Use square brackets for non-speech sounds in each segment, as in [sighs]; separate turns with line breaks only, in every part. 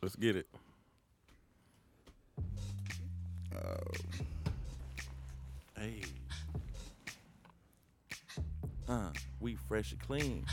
Let's get it. Hey. Uh, we fresh and clean.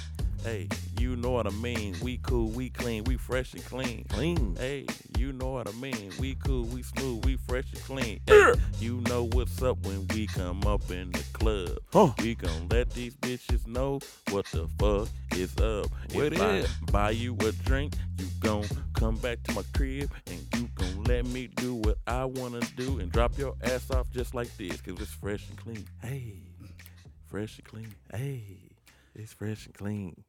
Hey, you know what I mean. We cool, we clean, we fresh and clean.
Clean.
Hey, you know what I mean. We cool, we smooth, we fresh and clean. Hey, you know what's up when we come up in the club.
Huh.
We gon' let these bitches know what the fuck is up.
What
if I
is?
buy you a drink, you gon' come back to my crib and you gon' let me do what I wanna do and drop your ass off just like this, cause it's fresh and clean. Hey, fresh and clean. Hey, it's fresh and clean.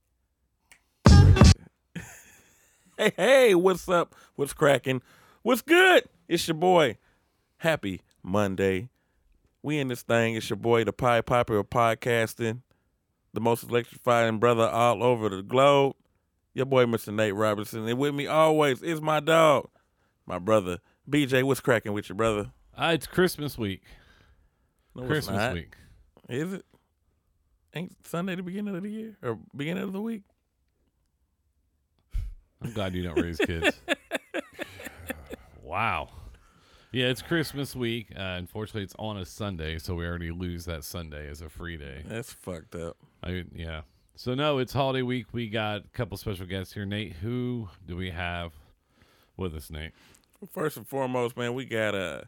[laughs] Hey, hey, what's up? What's cracking? What's good? It's your boy. Happy Monday. We in this thing. It's your boy, the Pie Piper of podcasting, the most electrifying brother all over the globe. Your boy, Mr. Nate Robertson. And with me always is my dog, my brother, BJ. What's cracking with your brother?
Uh, it's Christmas week.
No, it's
Christmas
not.
week.
Is it? Ain't Sunday the beginning of the year or beginning of the week?
I'm glad you don't
[laughs]
raise kids. wow. Yeah, it's Christmas week. Uh, unfortunately, it's on a Sunday, so we already lose that Sunday as a free day.
That's fucked up.
I, yeah. So no, it's holiday week. We got a couple special guests here. Nate, who do we have with us? Nate.
First and foremost, man, we got uh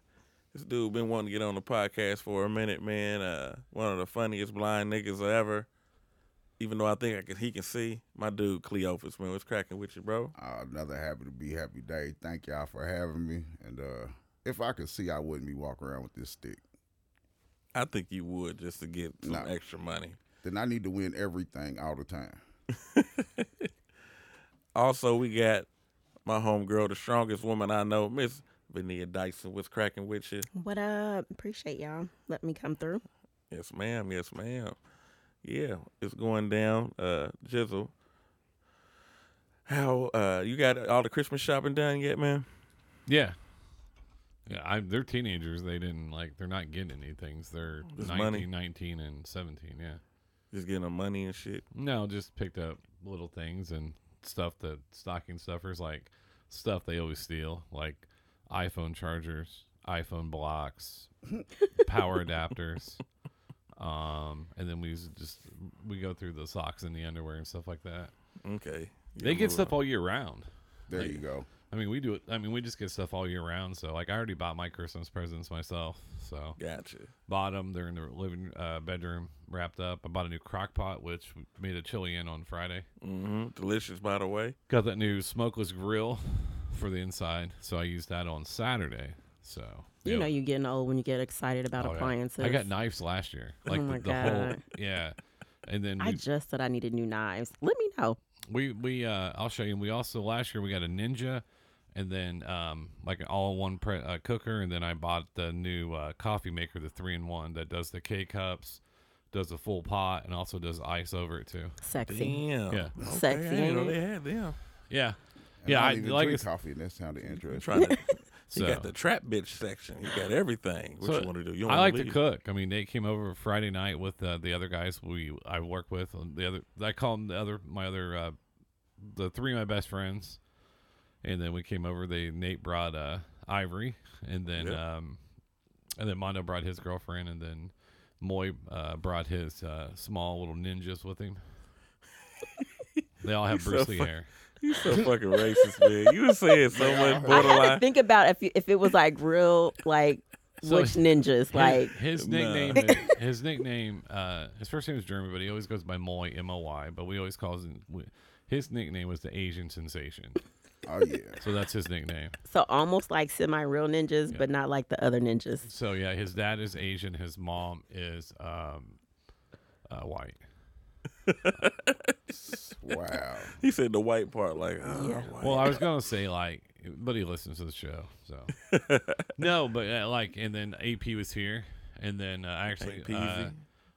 this dude been wanting to get on the podcast for a minute, man. Uh one of the funniest blind niggas ever. Even though I think I can, he can see my dude Cleophas, man. What's cracking with you, bro?
Uh, another happy to be happy day. Thank y'all for having me. And uh, if I could see, I wouldn't be walking around with this stick.
I think you would just to get some
Nah.
extra money.
Then I need to win everything all the time.
Also, we got my homegirl, the strongest woman I know, Miss Vania Dyson. What's cracking with you?
What up? uh, Appreciate y'all. Let me come through.
Yes, ma'am. Yes, ma'am. Yeah, it's going down. Uh, Jizzle. How uh you got all the Christmas shopping done yet, man?
Yeah. Yeah, I, they're teenagers. They didn't like. They're not getting anything. So they're
Just
19,
money.
19, and seventeen. Yeah.
Just getting them money and shit.
No, just picked up little things and stuff that stocking stuffers like stuff they always steal, like iPhone chargers, iPhone blocks, power adapters. Um, and then we use- just we go through the socks and the underwear and stuff like that.
Okay. Yeah,
they
moving
get stuff
on.
all year round.
There
Like,
you go.
I mean, we do it. I mean, we just get stuff all year round. So, like, I already bought my Christmas presents myself. So,
Gotcha.
bought them. They're in the living uh, bedroom, wrapped up. I bought a new crock pot, which we made a chili in on Friday.
hmm Delicious, by the way.
Got that new smokeless grill for the inside, so I used that on Saturday. So
You
yeah.
know you're getting old when you get excited about
Oh, yeah.
appliances. Oh
I got knives last year, like
my
the, the whole
God.
yeah. And then
I
we,
just said I needed new knives. Let me know.
we we uh, I'll show you. We also last year we got a ninja, and then um like an all in one pre- uh, cooker, and then I bought the new uh, coffee maker, the three in one that does the K cups, does the full pot, and also does ice over it too.
Sexy.
Damn.
Yeah.
Okay,
Sexy,
I didn't know
ain't it?
they had them.
Yeah,
And
yeah.
I,
I,
don't even
like
drink
it's-
coffee, and
[laughs]
that sounded
I'm
interesting.
trying to. He
So-
got the trap bitch section. He got everything. What
So,
you want to do? You
I
wanna
like to
leave?
cook. I mean, Nate came over Friday night with uh, the other guys we I work with. and The other I call them the other my other uh, the three of my best friends, and then we came over. They Nate brought uh, Ivory, and then
Yeah.
um, and then Mondo brought his girlfriend, and then Moy uh, brought his uh, small little ninjas with
[laughs]
him. they all have
He's so
Bruce Lee
fu-
hair.
You
[laughs]
so fucking racist, man. You were saying so much
I had to
borderline.
think about if you, if it was like real like
[laughs] So-
which ninjas
His-
like
his
Nah.
nickname. Is, his nickname. Uh, his first name is German, but he always goes by Moy M O Y. But we always calls him. we- His nickname was the Asian Sensation,
Oh yeah.
so that's his nickname.
so almost like semi real ninjas but not like the other ninjas.
So yeah, his dad is Asian. His mom is um, uh, white.
Wow.
He said the white part, like, oh, white.
Well, I was gonna say like, but he listens to the show, so no. But uh, like, and then AP was here, and then uh, actually
APZ.
uh,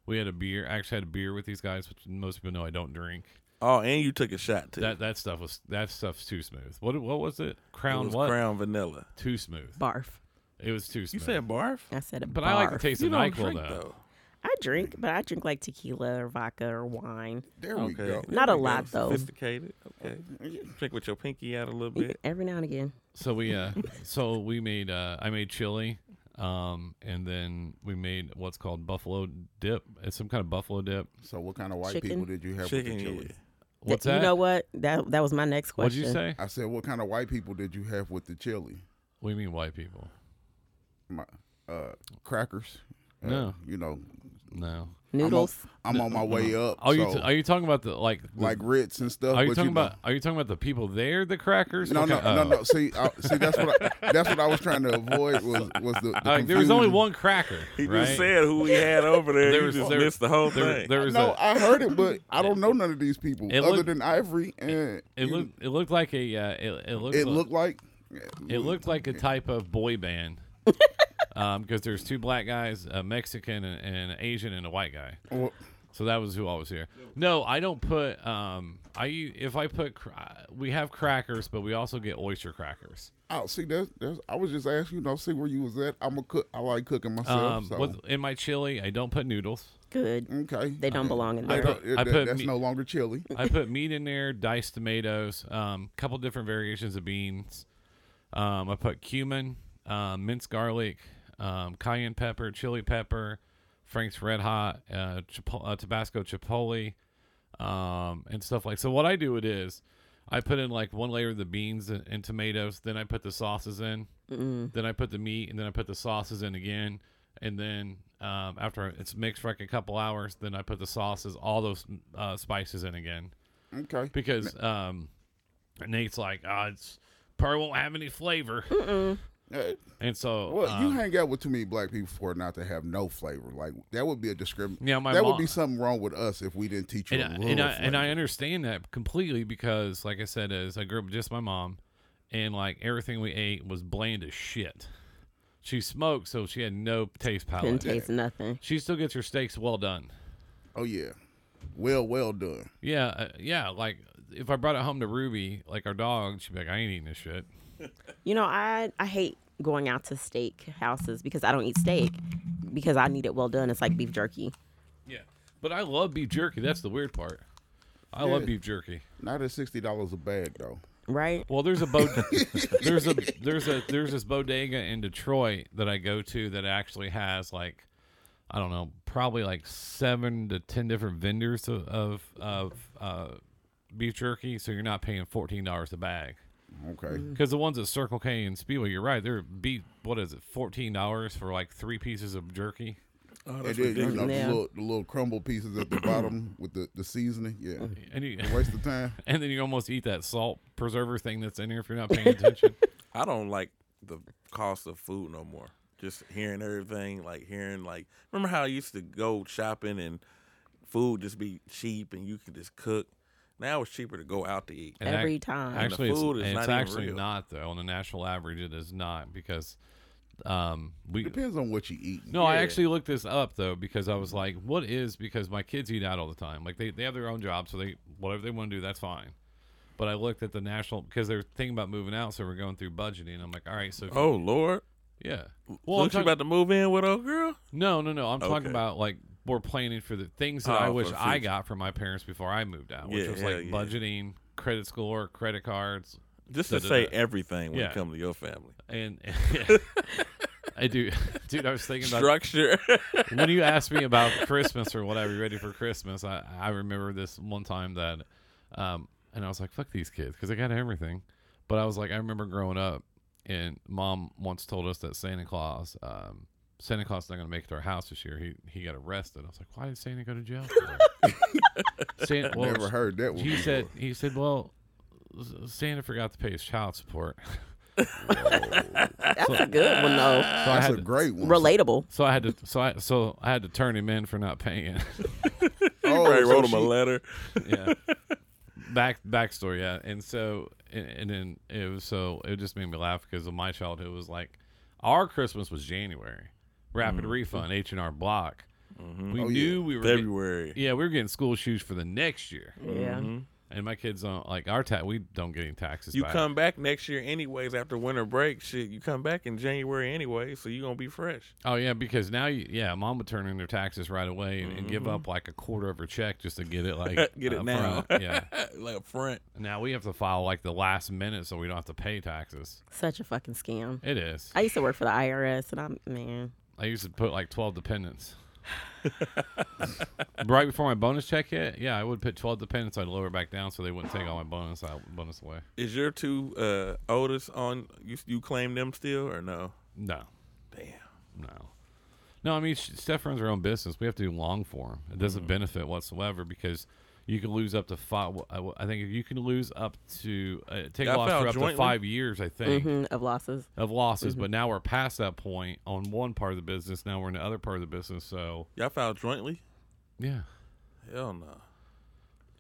we had a beer. I actually had a beer with these guys, which most people know I don't drink.
oh, and you took a shot too.
That that stuff was that stuff's too smooth. What what was it?
It
Crown
was
what?
Crown vanilla.
Too smooth.
Barf.
It was too smooth.
You said barf?
I said a
but
barf.
I like the taste
You
of
don't
Nyquil
drink
though.
though.
I I drink, but I drink like tequila or vodka or wine.
There we
Okay.
go.
there
Not a
we go.
lot, though.
Sophisticated. Okay. Drink with your pinky out a little bit.
Every now and again.
So we uh so we made uh I made chili um and then we made what's called buffalo dip. It's some kind of buffalo dip.
So, what kind of white
Chicken.
people did you have
Chicken.
with the chili?
yeah.
Th-
What's that?
You know what? That that was my next
What'd
question.
you say?
I said, what kind of white people did you have with the chili?
What do you mean white people?
My, uh, crackers. Uh,
No.
you know,
No.
I'm on-
Noodles.
I'm on, my way up.
Are you
so,
t- are you talking about the like the-
like Ritz and stuff?
are you
but
talking
know-
about are you talking about the people there the crackers?
No,
Okay,
no, no,
oh.
no. See, I, see, that's what I, that's what I was trying to avoid was was the, the
Like, there was only
confusion.
one cracker,
He
right?
just said who we had over there.
There
He
was-
just
there-
missed the whole
there,
thing.
there was
no,
a,
I heard it, but I don't know none of these people
It
other
looked-
than Ivory and
it
you-
looked it looked like a uh, it, it looked
It
like-
looked like mm,
It looked like a type of boy
[laughs]
band. Um, because there's two black guys, a Mexican and, and an Asian and a white guy.
Well,
So that was who I was here. No, I don't put um I u- if I put cra- we have crackers, but we also get oyster crackers.
oh, see, that's, that's I was just asking you know, see where you was at. I'm a cook. I like cooking myself.
Um,
so
with, in my chili, I don't put noodles.
Good.
okay,
They don't belong in
I
there.
thought-
put, it,
I
that-
put
that's
me-
no longer chili.
I put meat in there, diced tomatoes, um, couple different variations of beans. Um, I put cumin, um, minced garlic, um, cayenne pepper, chili pepper, Frank's Red Hot, uh, chipo- uh, Tabasco chipotle, um, and stuff like. So what I do it is, I put in like one layer of the beans and, and tomatoes, then I put the sauces in, then I put the meat, and then I put the sauces in again, and then um, after it's mixed for like a couple hours, then I put the sauces, all those uh, spices in again
Okay,
because um, Nate's like, oh, it's probably won't have any flavor,
[laughs] Hey,
and so
well, you
um,
hang out with too many black people for it not to have no flavor. Like that would be a discrimin.
Yeah, my
that
mom-
would be something wrong with us if we didn't teach you
and,
a
I,
little
and, I, and I
flavor.
understand that completely because, like I said, as I grew up with just my mom, and like everything we ate was bland as shit. She smoked, so she had no taste
Couldn't
palate.
taste nothing.
she still gets her steaks well done.
oh yeah, well, well done.
Yeah, uh, yeah. Like if I brought it home to Ruby, like our dog, she'd be like, "I ain't eating this shit."
You know, I I hate going out to steak houses because I don't eat steak because I need it well done. It's like beef jerky.
Yeah, but I love beef jerky. That's the weird part. I love
Yeah.
beef jerky.
Not at sixty dollars a bag though.
Right?
Well, there's a bo- there's a there's a there's this bodega in Detroit that I go to that actually has like I don't know, probably like seven to ten different vendors of of, of uh, beef jerky. So you're not paying fourteen dollars a bag
Okay,
because the ones at Circle K and Speedway, you're right, they're beef. What is it, fourteen dollars for like three pieces of jerky?
Oh,
and
that's
then you
ridiculous.
know
Yeah.
the little the little crumble
[clears throat]
pieces at the bottom with the the seasoning. Yeah,
And you [laughs]
waste of time.
and then you almost eat that salt preserver thing that's in here if you're not paying attention.
I don't like the cost of food no more. Just hearing everything, like hearing like remember how I used to go shopping and food just be cheap and you could just cook. Now it's cheaper to go out to eat.
And ac-
Every time. And the
Actually, it's,
food is
and
not
it's
even
actually
real.
not though. On the national average, it is not because um, we.
Depends on what you eat.
No, I
Yeah.
actually looked this up though because I was like, "What is?" Because my kids eat out all the time. Like they, they have their own job, so they whatever they want to do, that's fine. But I looked at the national because they're thinking about moving out, so we're going through budgeting. I'm like, "All right, so if-
Oh Lord,
yeah."
well,
I'm
you
talking-
about to move in with old girl?
no, no, no. I'm talking
Okay.
about like we're planning for the things that I
Oh, for
wish
the
I
future.
got from my parents before I moved out, which
Yeah,
was
hell
like
yeah.
budgeting, credit score, credit cards,
Just to
Da, da,
say
da.
everything when
Yeah.
it comes to your family
and [laughs] I do, [laughs] dude. I was thinking about
structure. [laughs]
when you asked me about Christmas or what I was ready for Christmas. I I remember this one time that, um, and I was like, "Fuck these kids," because I got everything. But I was like, I remember growing up, and mom once told us that Santa Claus, um, Santa Claus, not going to make it to our house this year. He he got arrested. I was like, why did Santa go to jail? For
[laughs]
that?" Santa, well,
Never heard that one.
he
before.
said he said, well, S- Santa forgot to pay his child support.
That's a good one
[laughs]
though.
So I
Ah, that's
had
a
to-
great one.
Relatable.
So I had to so I so I had to turn him in for not paying. [laughs]
Oh,
Probably
so
wrote him
she-
a letter.
yeah. Back backstory, yeah. And so and, and then it was so it just made me laugh because of my childhood was like our Christmas was January. Rapid
Mm-hmm.
refund, H and R block. We
Oh,
knew we were get-
February.
yeah, we were getting school shoes for the next year.
Yeah.
And my kids don't like our tax. We don't get any taxes.
You
back.
come back next year anyways after winter break. Shit, you come back in January anyway, so you gonna be fresh.
Oh yeah, because now you, yeah, mom would turn in their taxes right away and, and give up like a quarter of her check just to get it like
Mm-hmm. [laughs] Get it
up
now.
front. yeah.
like up front.
Now we have to file like the last minute so we don't have to pay taxes.
Such a fucking scam.
It is.
I used to work for the IRS, and I'm man. [laughs]
I used to put like 12 dependents. right before my bonus check hit, yeah, I would put 12 dependents. I'd lower it back down so they wouldn't take all my bonus out, bonus away.
Is your two uh oldest on you you claim them still or no?
No,
Damn.
no, no. I mean, sh- Steph runs her own business. We have to do long form. It doesn't benefit whatsoever because you can lose up to five. I think you can lose up to uh, take
Yeah, I
a loss
filed
for up
jointly.
to five years. I think.
Mhm, of losses.
Of losses,
Mm-hmm.
but now we're past that point on one part of the business. Now we're in the other part of the business. So
Y'all filed jointly?
yeah,
Hell no.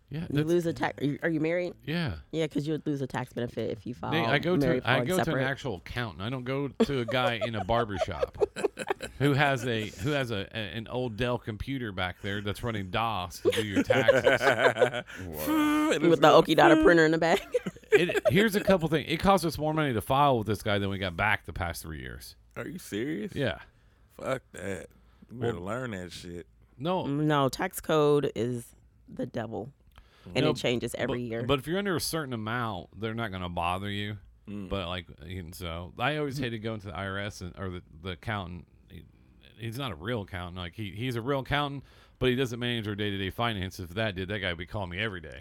yeah,
You
that's-
lose a tax. Are you, are you married?
yeah.
Yeah, because you would lose a tax benefit if you file.
Nate, I go
married
to I
filing
go to
separate.
an actual accountant. I don't go to a guy in a barber shop who has a who has a, a- an old Dell computer back there that's running DOS to do your taxes.
with
[laughs]
the Okidata printer in the back. [laughs]
it, here's a couple things. It cost us more money to file with this guy than we got back the past three years.
[laughs] Are you serious?
Yeah.
Fuck that. You better learn that
[laughs]
shit.
No.
no, tax code is the devil, and
No,
it changes every
but,
year.
But if you're under a certain amount, they're not going to bother you. But like, and so I always hated going to the IRS and or the, the accountant. He- He's not a real accountant. Like he, he's a real accountant, but he doesn't manage our day to day finances. If that did, that guy would be calling me every day.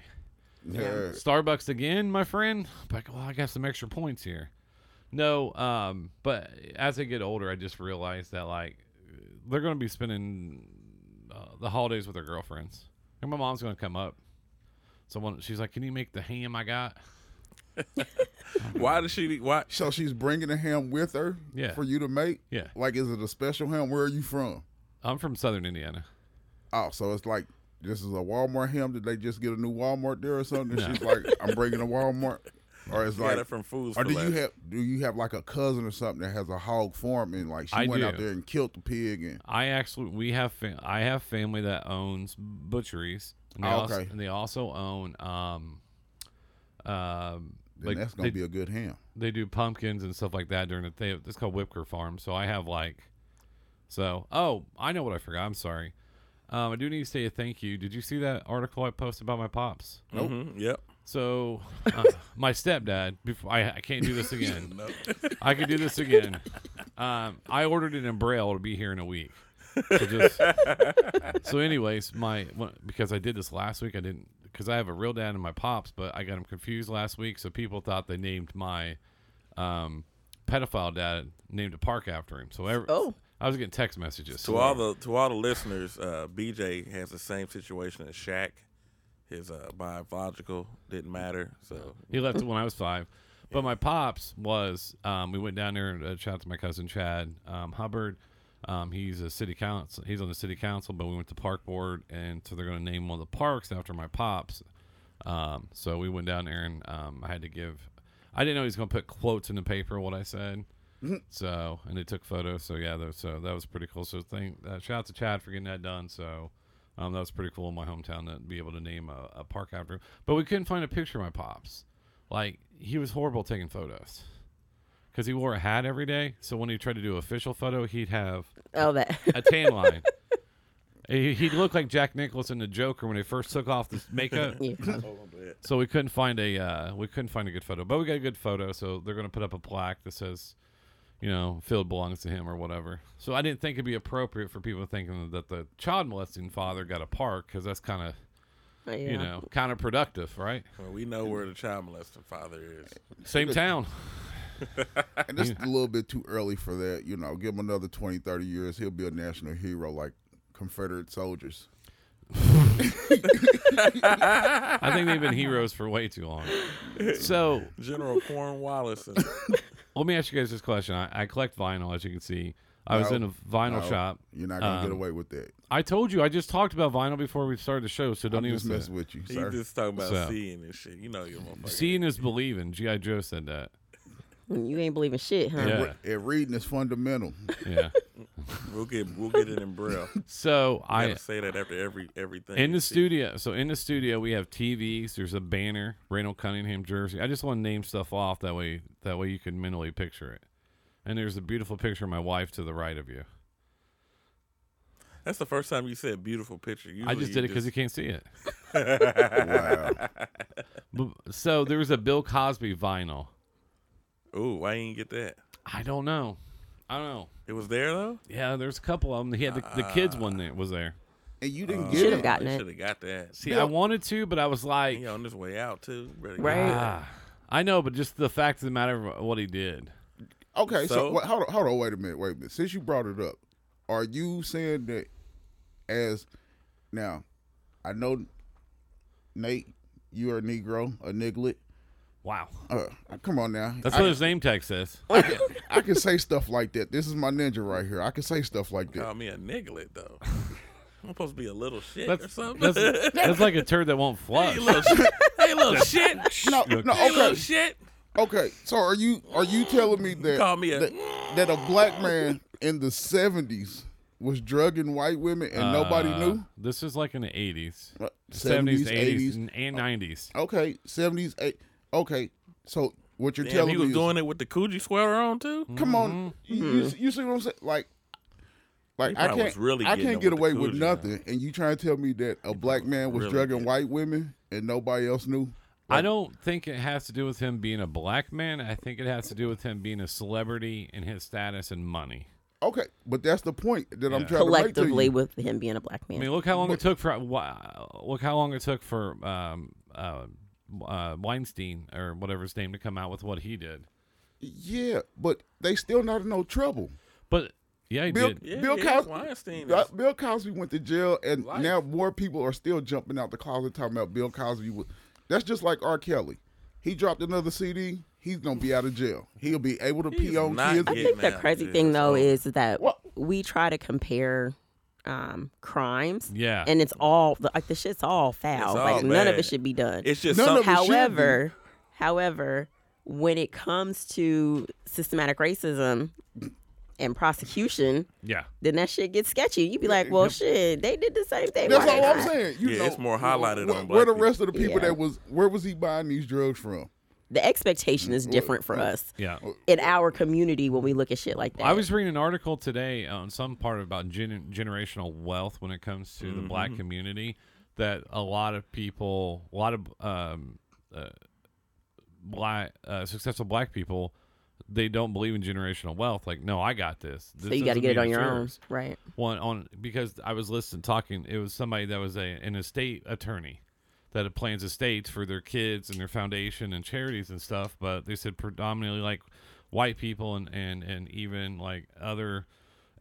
Yeah.
Starbucks again, my friend. Like, well, I got some extra points here. No, um, but as I get older, I just realized that like they're going to be spending uh, the holidays with their girlfriends, and my mom's going to come up. Someone, she's like, "Can you make the ham I got?"
Why does she why
So she's bringing a ham with her
Yeah.
for you to make?
Yeah.
Like, is it a special ham? Where are you from?
I'm from Southern Indiana.
Oh, so it's like, this is a Walmart ham. Did they just get a new Walmart there or something? And she's like, I'm bringing a Walmart. Or it's
got
like,
it from food
or do you
Select?
have do you have like a cousin or something that has a hog farm and like she
I
went out
do.
there and killed the pig and
I actually we have fam- I have family that owns butcheries. And they
Oh,
also,
okay.
And they also own um, um,
then
like
that's gonna
they,
be a
[laughs]
good ham.
they do pumpkins and stuff like that during the day. It's called Whipker Farm. So I have like, so oh, I know what I forgot. I'm sorry. Um, I do need to say a thank you. Did you see that article I posted about my pops?
Nope. Mm-hmm, Yep.
So uh, my stepdad. Before I, I can't do this again. I can do this again. Um, I ordered it in braille. It'll be here in a week. So, just, so anyways, my one- because I did this last week, I didn't because I have a real dad and my pops, but I got him confused last week. So people thought they named my um, pedophile dad named a park after him. So every,
Oh.
I was getting text messages.
To all the to all the listeners, uh, BJ has the same situation as Shaq. His uh, biological didn't matter, so
He left when I was five. But my pops was, um, we went down there. Uh, shout out to my cousin Chad um, Hubbard. Um, he's a city council. He's on the city council, but we went to park board, and so they're going to name one of the parks after my pops. Um, so we went down there, and um, I had to give. I didn't know he was going to put quotes in the paper what I said. so and they took photos. So yeah, tho- so that was pretty cool. So thing. Uh, shout out to Chad for getting that done. So. Um, that was pretty cool in my hometown to be able to name a, a park after him. But we couldn't find a picture of my pops. Like he was horrible taking photos because he wore a hat every day. So when he tried to do official photo, he'd have
oh, that [laughs]
a tan line. he, he'd look like Jack Nicholson in the Joker when he first took off this
[laughs]
makeup. [laughs]
yeah.
So we couldn't find a uh, we couldn't find a good photo, but we got a good photo. So they're gonna put up a plaque that says, you know, Field belongs to him or whatever. So I didn't think it'd be appropriate for people thinking that the child molesting father got a park because that's kind of
yeah.
you know counterproductive, right?
well, we know where the child molesting father is.
Same town.
And it's a little bit too early for that, you know. Give him another 20, 30 years, he'll be a national hero like Confederate soldiers.
I think they've been heroes for way too long. So
General Cornwallis. [laughs] And,
let me ask you guys this question. I, I collect vinyl, as you can see. I was
No.
in a vinyl
No,
shop.
You're not gonna
Um,
get away with that.
I told you. I just talked about vinyl before we started the show, so don't
I'm
even
just
say
mess
it.
with you,
he
sir.
just talking about
So.
seeing and shit. You know your motherfucker.
Seeing is believing. G.I. Joe said that.
You ain't believing shit, huh?
Yeah.
[laughs]
And reading is fundamental.
Yeah.
We'll get we'll get it in braille.
So
I
[laughs] I
gotta say that after every everything.
in
you
the
see.
studio. So in the studio we have TVs. There's a banner, Randall Cunningham jersey. I just want to name stuff off that way. That way you can mentally picture it. And there's a beautiful picture of my wife to the right of you.
That's the first time you said beautiful picture.
I
Usually
just
you
did it because you can't see it.
Wow.
Bu- So there was a Bill Cosby vinyl.
Ooh, why didn't you get that?
I don't know. I don't know.
It was there though.
Yeah, there's a couple of them. He had the, the kids one that was there.
And you
Uh,
didn't
Should
get
have
it.
gotten
They
it.
should have got that.
See, I wanted to, but I was like,
He on his way out too. Better get
Right.
that.
ah, I know, but just the fact of the matter of what he did.
Okay, so,
So-
wait, hold on, hold on, wait a minute, wait a minute. Since you brought it up, are you saying that as now, I know Nate, you are a Negro, a niglet.
Wow.
Uh, come on now,
That's
I,
what his name tag says.
I can say stuff like that. This is my ninja right here. I can say stuff like that.
Call me a nigglet
[laughs]
though. I'm supposed to be a little shit or
That's,
something.
that's, that's like a turd that won't flush.
hey, little shit. [laughs] Hey, little shit.
[laughs] no, no,
Hey, little
okay,
shit.
okay. So are you are you telling me that
Call me a-
that, that a black man in the seventies was drugging white women [laughs] and nobody
Uh,
knew?
This is like in the 80s,
Uh,
70s, 80s, and,
Oh.
and 90s.
Okay, seventies, eight. Okay, so what you're
Damn,
telling
he was
me
doing Mm-hmm. it with the Coogee sweater on too.
is, [laughs] come on, you, you see- you see what I'm saying? Like, like I
probably was
can't,
really
I
getting
can't
it
get
with the
away with
coochie,
nothing. And you trying to tell me that a black man was
really
drugging
getting
white women and nobody else knew?
I don't think it has to do with him being a black man. I think it has to do with him being a celebrity and his status and money.
Okay, but that's the point that I'm trying to
Collectively
make to you.
with him being a black
I
man.
mean, look how long it took for wow, look how long it took for um, uh, uh, Weinstein or whatever his name to come out with what he did.
Yeah, but they still not in no trouble.
But yeah, he
Bill,
did.
Yeah,
Bill
yeah,
Cosby,
Weinstein
Uh,
is-
Bill Cosby went to jail, and
Life.
now more people are still jumping out the closet talking about Bill Cosby. Was, that's just like R. Kelly. He dropped another CD. He's gonna be out of jail. He'll be able to
He's
pee on
not
kids.
getting
I think the
man,
crazy
yeah,
thing though
so-
is that
What?
we try to compare um, crimes.
Yeah.
And it's all like the shit's all foul.
It's
like
all
none of
bad.
it should be done.
It's just
None
something.
of it should be.
however, however, when it comes to systematic racism and prosecution,
yeah.
then that shit gets sketchy. You'd be like, well, shit, they did the same thing.
That's
Why
all
they
I'm
not?
saying. You
Yeah,
know,
it's more highlighted
where,
on
where
black
the rest of the people
Yeah.
that was. Where was he buying these drugs from?
The expectation is different for us
Yeah.
in our community when we look at shit like that.
I was reading an article today on some part about gen- generational wealth when it comes to the
Mm-hmm.
black community that a lot of people, a lot of um, uh, black, uh, successful black people, they don't believe in generational wealth. Like, no, I got this.
so
This
you got to
doesn't
get it
mean
on your own,
yours.
right?
one on because I was listening talking. It was somebody that was a an estate attorney that plans estates for their kids and their foundation and charities and stuff. But they said predominantly like white people and and and even like other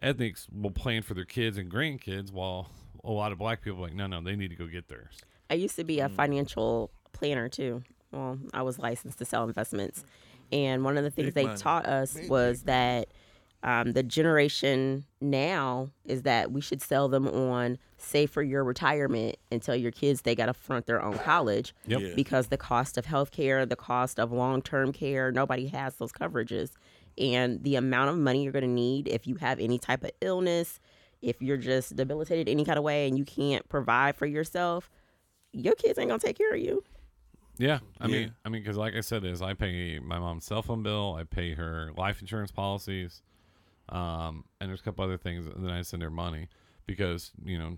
ethnics will plan for their kids and grandkids, while a lot of black people are like no no they need to go get theirs.
I used to be
Mm.
a financial planner too. Well, I was licensed to sell investments. And one of the things
Big
they
money.
taught us was that um, the generation now is that we should sell them on save for your retirement and tell your kids they got to front their own college
Yep.
Yeah.
because the cost of health care, the cost of long term care, nobody has those coverages. And the amount of money you're going to need if you have any type of illness, if you're just debilitated any kind of way and you can't provide for yourself, your kids ain't going to take care of you.
Yeah, I
Yeah.
mean, I mean, because like I said, is I pay my mom's cell phone bill, I pay her life insurance policies, um, and there's a couple other things, and then I send her money because you know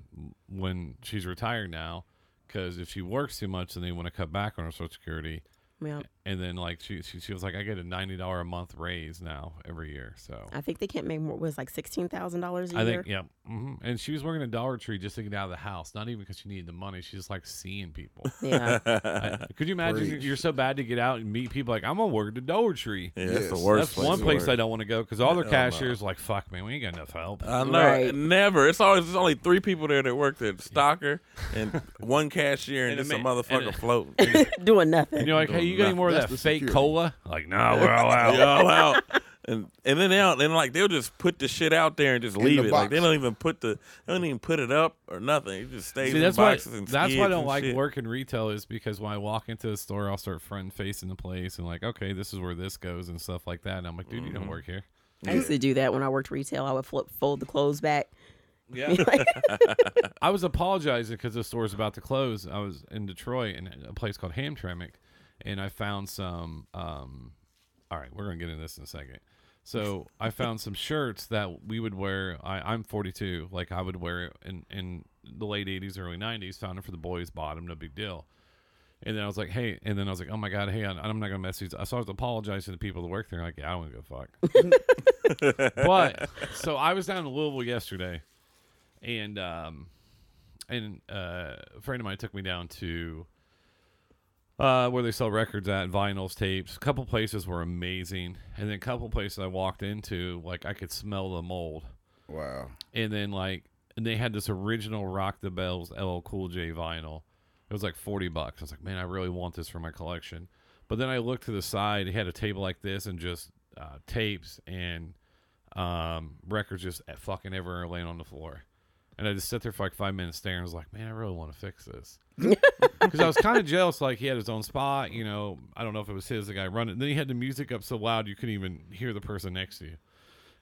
when she's retired now, because if she works too much, then they want to cut back on her social security,
Yeah.
and then like she she, she was like, I get a ninety dollar a month raise now every year, so
I think they can't make more, was like $16,000 a
I
year.
[laughs] think yeah, hmm and she was working at Dollar Tree just to get out of the house, not even because she needed the money, she just liked seeing people.
[laughs]
yeah.
I- could you imagine
Preach.
you're so bad to get out and meet people like I'm gonna work at the Dollar Tree.
yeah, that's the
Yes.
worst.
That's one
to
place
work.
I don't want to go because all their
Hell no. Uh,
cashiers like fuck man, we ain't got enough help.
I know.
Right.
Never. It's always there's only three people there that work there. Stocker [laughs] and one cashier and,
And a
just a
ma-
motherfucker
and a-
floating. [laughs]
Doing nothing.
and you're like, hey, you got any more of
That's
that
the
fake
security.
cola? Like, no,
[laughs]
we're all out.
They all out.
[laughs]
And and then they'll then like they'll just put the shit out there and just leave
the
it. Like they
box.
don't even put the they don't even put it up or nothing. It just stays
See,
in
that's why
boxes and
that's why I
skids
don't
and
like
shit.
working retail is because when I walk into the store,
Mm-hmm.
I'll start front facing the place and like, okay, this is where this goes and stuff like that. And I'm like, dude, you don't work here.
I used to do that when I worked retail. I would flip, fold the clothes back.
Yeah.
I was apologizing because the store's about to close. I was in Detroit in a place called Hamtramck, and I found some. Um, all right, we're gonna get into this in a second. So I found some shirts that we would wear. I, I'm 42, like I would wear it in in the late 80s, early 90s. Found it for the boys' bottom, no big deal. And then I was like, hey, and then I was like, oh my god, hey, I'm, I'm not gonna mess these. So I was apologizing to the people that work there. Like, yeah, I don't give a fuck. but so I was down in Louisville yesterday, and um, and uh, a friend of mine took me down to uh, where they sell records at vinyls, tapes. A couple places were amazing, and then a couple places I walked into, like I could smell the mold.
Wow.
And then like and they had this original Rock the Bells LL Cool J vinyl. It was like forty bucks. I was like, man, I really want this for my collection. But then I looked to the side. It had a table like this and just uh, tapes and um, records just fucking everywhere laying on the floor. And I just sat there for like five minutes staring. I was like, man, I really want to fix this. Because I was kind of jealous. Like, he had his own spot. You know, I don't know if it was his, the guy running. Then he had the music up so loud you couldn't even hear the person next to you.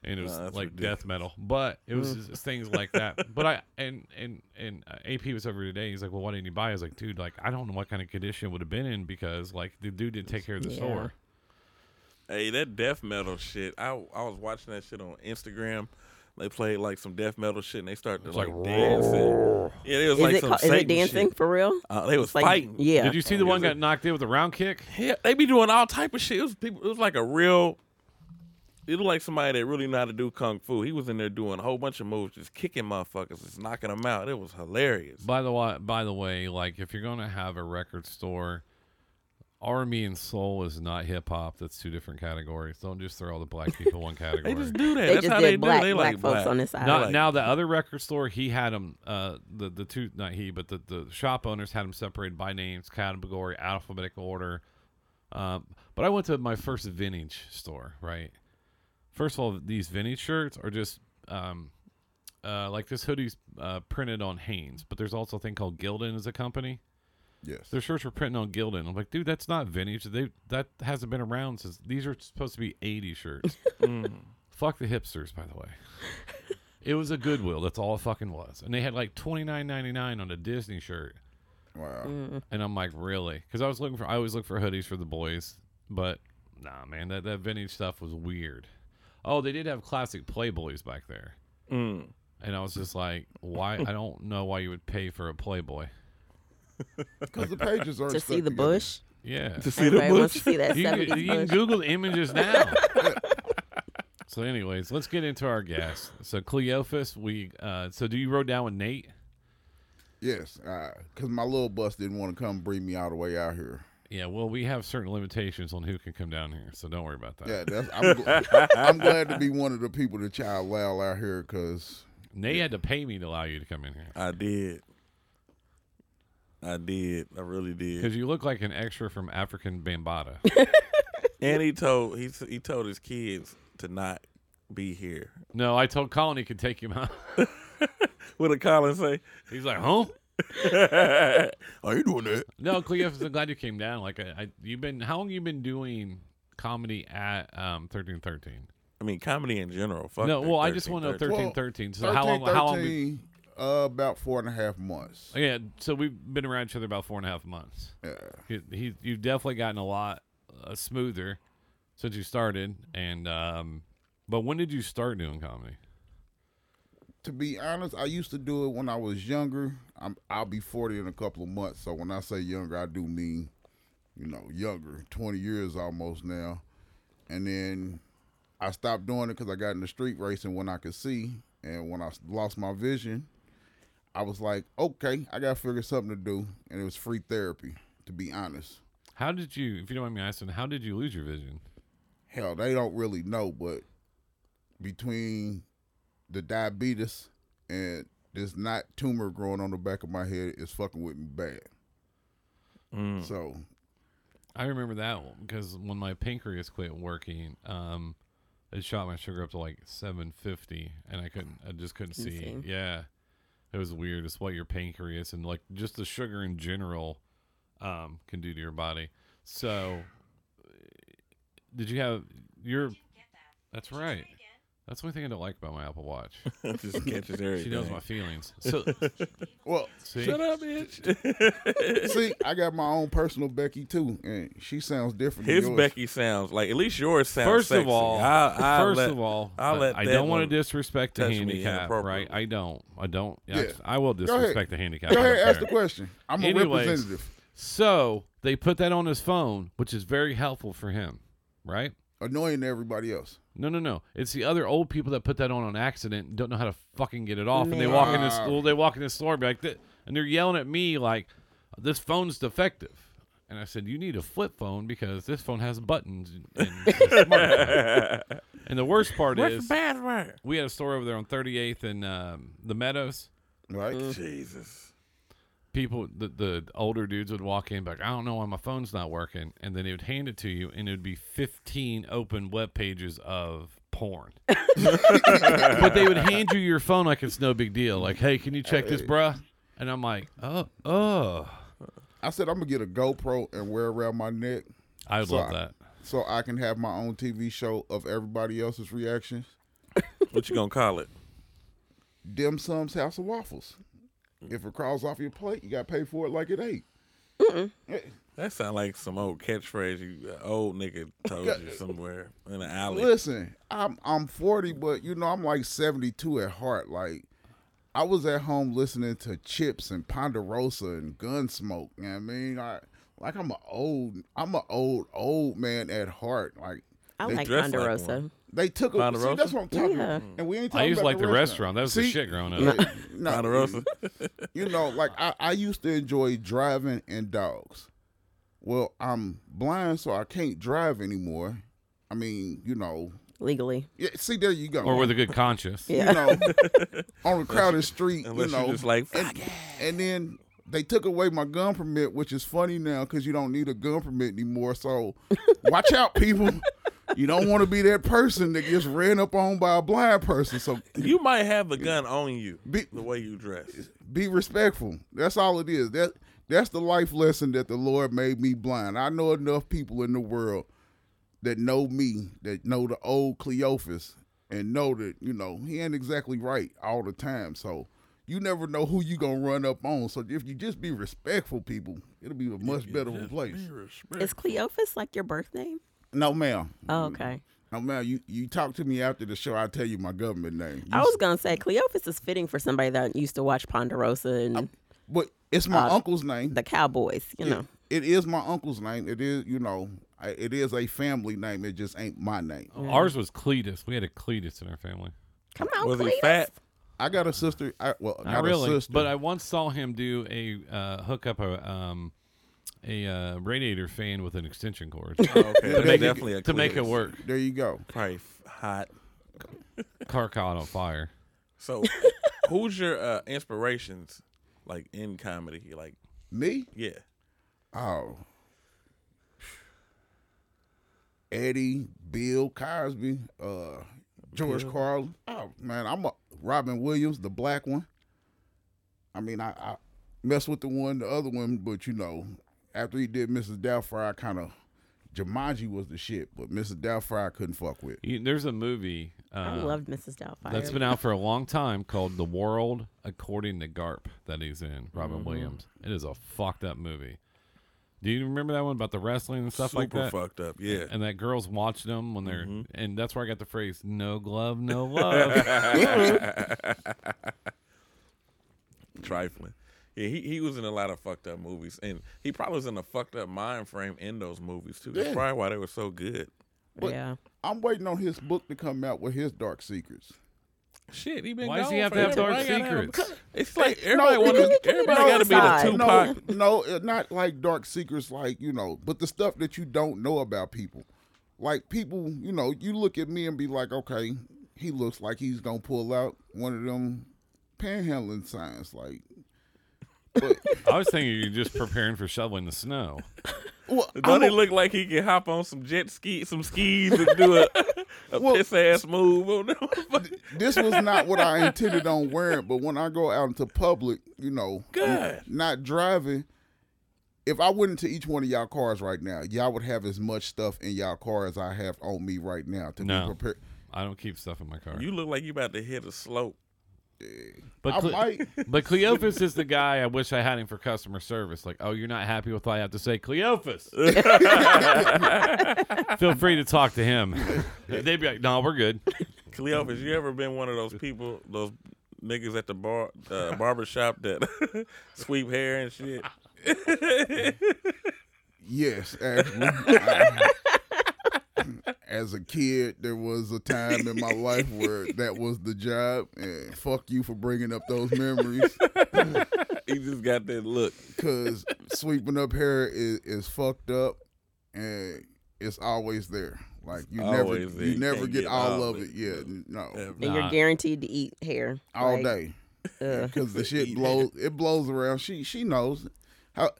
And it was
that's
like death metal. But it was
Mm.
just things
[laughs]
like that. But I, and, and, and uh, AP was over today. He's like, well, why didn't you buy? it? I was like, dude, like, I don't know what kind of condition it would have been in because, like, the dude didn't take care of the
Yeah.
store.
Hey, that death metal shit. I I was watching that shit on Instagram. They played like some death metal shit, and they started like,
like,
dancing. Yeah, it was
Is
like
it
some
ca- is it
Satan
dancing
shit.
for real?
Uh, they was
like
fighting.
yeah.
Did you see the one got knocked in with a round kick?
yeah, they be doing all type of shit. It was people. It was like a real. It looked like somebody that really know how to do kung fu. He was in there doing a whole bunch of moves, just kicking motherfuckers, just knocking them out. It was hilarious.
By the way, by the way, like if you're gonna have a record store, R&B and soul is not hip hop. That's two different categories. Don't just throw all the black people in one
[laughs] They
category.
just do that.
They
That's
just
how
did
they
black
do. They
black
like
folks
black.
on this side.
Not,
like-
now the other record store he had them uh the the two not he but the the shop owners had them separated by names category alphabetical order um but i went to my first vintage store right first of all these vintage shirts are just um uh like this hoodie's uh printed on Hanes, but there's also a thing called gildan as a company
Yes.
their shirts were printing on Gildan. I'm like, dude, that's not vintage. They that hasn't been around since these are supposed to be 80 shirts. Fuck the hipsters, by the way. It was a Goodwill. That's all it fucking was. And they had like 29.99 on a Disney shirt.
Mm.
Wow.
[laughs]
And I'm like, really? Because I was looking for, I always look for hoodies for the boys, but nah, man, that, that vintage stuff was weird. Oh, they did have classic Playboys back there,
Mm.
and I was just like, why? I don't know why you would pay for a Playboy.
Because the pages are
to
stuck
see the
together.
bush.
Yeah,
To see the
Everybody wants to
bush. [laughs]
see that
you, can- you can
70s bush.
Google the images now. so, anyways, let's get into our guest. So, Cleophas, we uh, so do you rode down with Nate?
Yes. Because my little bus didn't want to come bring me all the way out here.
Yeah, well, we have certain limitations on who can come down here, so don't worry about that.
Yeah, that's, I'm, gl- I'm glad to be one of the people that y'all allow out here because
Nate had to pay me to allow you to come in here
I did. I did. I really did.
because you look like an extra from African Bambata. [laughs]
And he told he s- he told his kids to not be here. [laughs]
no, I told Colin he could take him out. [laughs]
What did Colin [laughs] say?
He's like, huh?
Are you doing that?
No, Cleophas, I'm glad you came down. Like, I, I, you've been how long you been doing comedy at um thirteen thirteen?
I mean, comedy in general. Fuck
No,
that
well, I just want to know
13,
thirteen thirteen. So how long? How long? we-
13, uh, about four and a half months.
Yeah, so we've been around each other about four and a half months.
Yeah.
He, he you've definitely gotten a lot uh, smoother since you started, and um, but when did you start doing comedy?
To be honest, I used to do it when I was younger. I'm, I'll be 40 in a couple of months. So when I say younger, I do mean, you know, younger, 20 years almost now. And then I stopped doing it because I got into street racing when I could see. And when I s- lost my vision, I was like, okay, I got to figure something to do. And it was free therapy, to be honest.
How did you, if you don't mind me asking, how did you lose your vision?
hell, they don't really know, but between the diabetes and this not tumor growing on the back of my head is fucking with me bad.
Mm. Hmm.
So
I remember that one because when my pancreas quit working, um, it shot my sugar up to like 750, and I couldn't, I just couldn't see.
Insane.
Yeah, it was weird. It's what your pancreas and like just the sugar in general um, can do to your body. So, did you have your? That's right.
Again.
That's the only thing I don't like about my Apple Watch.
[laughs] Just catches everything.
[laughs] She knows my feelings. So
Well,
see,
Shut up, bitch.
see, I got my own personal Becky too, and she sounds
[laughs]
different.
His
than yours.
Becky sounds like at least yours sounds.
First of
sexy. [laughs]
all,
I'll, I'll
first
let-
of all,
I'll let
I
that
don't
one
want to disrespect the
touch me
handicap, right?
inappropriately.
I don't. I don't. I-
Yeah.
I will
ahead.
disrespect the handicap.
Go
I
ahead,
don't
ask
care.
the question. I'm a
Anyways.
representative.
So they put that on his phone, which is very helpful for him, right?
Annoying everybody else.
No, no, no. It's the other old people that put that on on accident and don't know how to fucking get it off, and they
Man.
walk in this
Ah.
school, they walk in this store, and be like, "Th- and they're yelling at me like, "This phone's defective." And I said, "You need a flip phone because this phone has buttons." And, and, it's smart."
[laughs]
and the worst part
What's
is,
the password?
we had a store over there on 38th and um, the Meadows.
Right?
Mm. Jesus.
People, the, the older dudes would walk in, be like, I don't know why my phone's not working. And then they would hand it to you, and it would be 15 open web pages of porn. but they would hand you your phone like it's no big deal. Like, hey, can you check this, bruh? And I'm like, oh, oh.
I said I'm gonna get a GoPro and wear it around my neck
I would
So
love
I-
that.
so I can have my own TV show of everybody else's reactions.
What you gonna call it?
Dim Sum's House of Waffles. If it crawls off your plate, you gotta pay for it like it ate.
That sound like some old catchphrase you uh, old nigga told
[laughs]
you somewhere in an
Oh,
alley.
Listen, I'm I'm 40, but you know I'm like 72 at heart. Like I was at home listening to Chips and Ponderosa and Gunsmoke. You know what I mean, I like I'm a old I'm a old old man at heart. Like
I
They
like
dress like
Ponderosa.
one.
they took a see,
Ponderosa?
that's what I'm talking
Yeah.
about. And we ain't talking
I used
about
like the restaurant. That was the
See?
shit growing up.
Yeah,
[laughs]
no,
Ponderosa.
you know, like I, I used to enjoy driving and dogs. Well, I'm blind, so I can't drive anymore. I mean, you know,
legally.
yeah, see, there you go.
Or with a good conscience.
Yeah.
[laughs]
you know, on a crowded street, you
Unless you
know,
are just like fuck
and,
it.
and then they took away my gun permit, which is funny now because you don't need a gun permit
[laughs]
anymore. So watch out, people. You don't want to be that person that gets ran up on by a blind person. So
You might have the gun on you
Be-
the way you dress.
be respectful. That's all it is. That that's the life lesson that the Lord made me blind. I know enough people in the world that know me, that know the old Cleophas, and know that you know he ain't exactly right all the time. So you never know who you gonna run up on. So if you just be respectful, people, it'll be a much better of a place.
Is Cleophas like your birth name?
No, ma'am.
Oh, okay.
No, ma'am. You you talk to me after the show. I will tell you my government name. You
I was gonna say Cleophas is fitting for somebody that used to watch Ponderosa and
but it's my
Uh,
uncle's name.
the Cowboys. You know,
It is my uncle's name. It is, you know, I, it is a family name. It just ain't my name.
Ours was Cletus. We had a Cletus in our family.
come on,
Was
Cleophas.
he fat?
I got a sister. I, well, not,
Not really,
a sister.
but I once saw him do a uh, hook up a um, a uh, radiator fan with an extension cord [laughs] to
Okay, that's
make
definitely a
it to make it
Cletus.
work.
there you go.
Probably f- hot.
Car caught on fire.
[laughs]
So, who's your uh, inspirations like in comedy? Like,
Me?
yeah,
Oh. Eddie, Bill Cosby, uh, George Carlin. Oh man, I'm a Robin Williams, the black one. I mean, I, I mess with the one, the other one, but you know, after he did Mrs. Doubtfire, I kind of Jumanji was the shit, but Mrs. Doubtfire I couldn't fuck with.
You, there's a movie uh,
I loved Mrs. Doubtfire.
that's been out for a long time called The World According to Garp that he's in. Robin Williams. It is a fucked up movie. Do you remember that one about the wrestling and stuff
super
like that?
fucked up. Yeah,
And that girl's watching them when they're, and that's where I got the phrase "no glove, no love."
trifling. Yeah, he, he was in a lot of fucked up movies, and he probably was in a fucked up mind frame in those movies too. That's
Yeah.
probably why they were so good.
but-
yeah,
I'm waiting on his book to come out with his dark secrets.
Shit, he been.
Why does he
gone
have
for
to have
that long.
dark
Why gotta have-
secrets?
It's like everybody
no,
want to.
because we
can
Everybody
be
got to be the
outside.
Tupac.
No, no, uh, not like dark secrets, like you know, but the stuff that you don't know about people. Like people, you know, you look at me and be like, okay, he looks like he's gonna pull out one of them panhandling signs, like. But
I was thinking you're just preparing for shoveling the snow.
well,
Don't
I'm
he
a,
look like he can hop on some jet ski, some skis, and do a, a
Well-
piss ass move on
[laughs]
them?
this was not what I intended on wearing, but when I go out into public, you know,
Good.
not driving. If I went into each one of y'all cars right now, y'all would have as much stuff in y'all car as I have on me right now to
No.
be prepared.
I don't keep stuff in my car.
You look like you about to hit a slope.
but
I
Cle-
might.
[laughs] but Cleophas is the guy I wish I had him for customer service. Like, oh, you're not happy with what I have to say,
[laughs]
Cleophas. Feel free to talk to
[laughs]
him. They'd be like, no, we're good.
Cleophas, you ever been one of those people, those niggas at the bar, uh, barber shop that [laughs] sweep hair and shit?
Yes, actually. I- as a kid, there was a time in my life where that was the job, and fuck you for bringing up those memories.
He just got that look.
Cause sweeping up hair is, is fucked up, and it's always there. Like you
Always
never,
there.
you
You
never
can't
get
get all
all of
of
it. Yeah, no,
Ever.
And
Nah.
you're guaranteed to eat hair
all
Like,
day.
ugh. [laughs]
Cause the shit
Eat
blows, it blows around. She she knows. How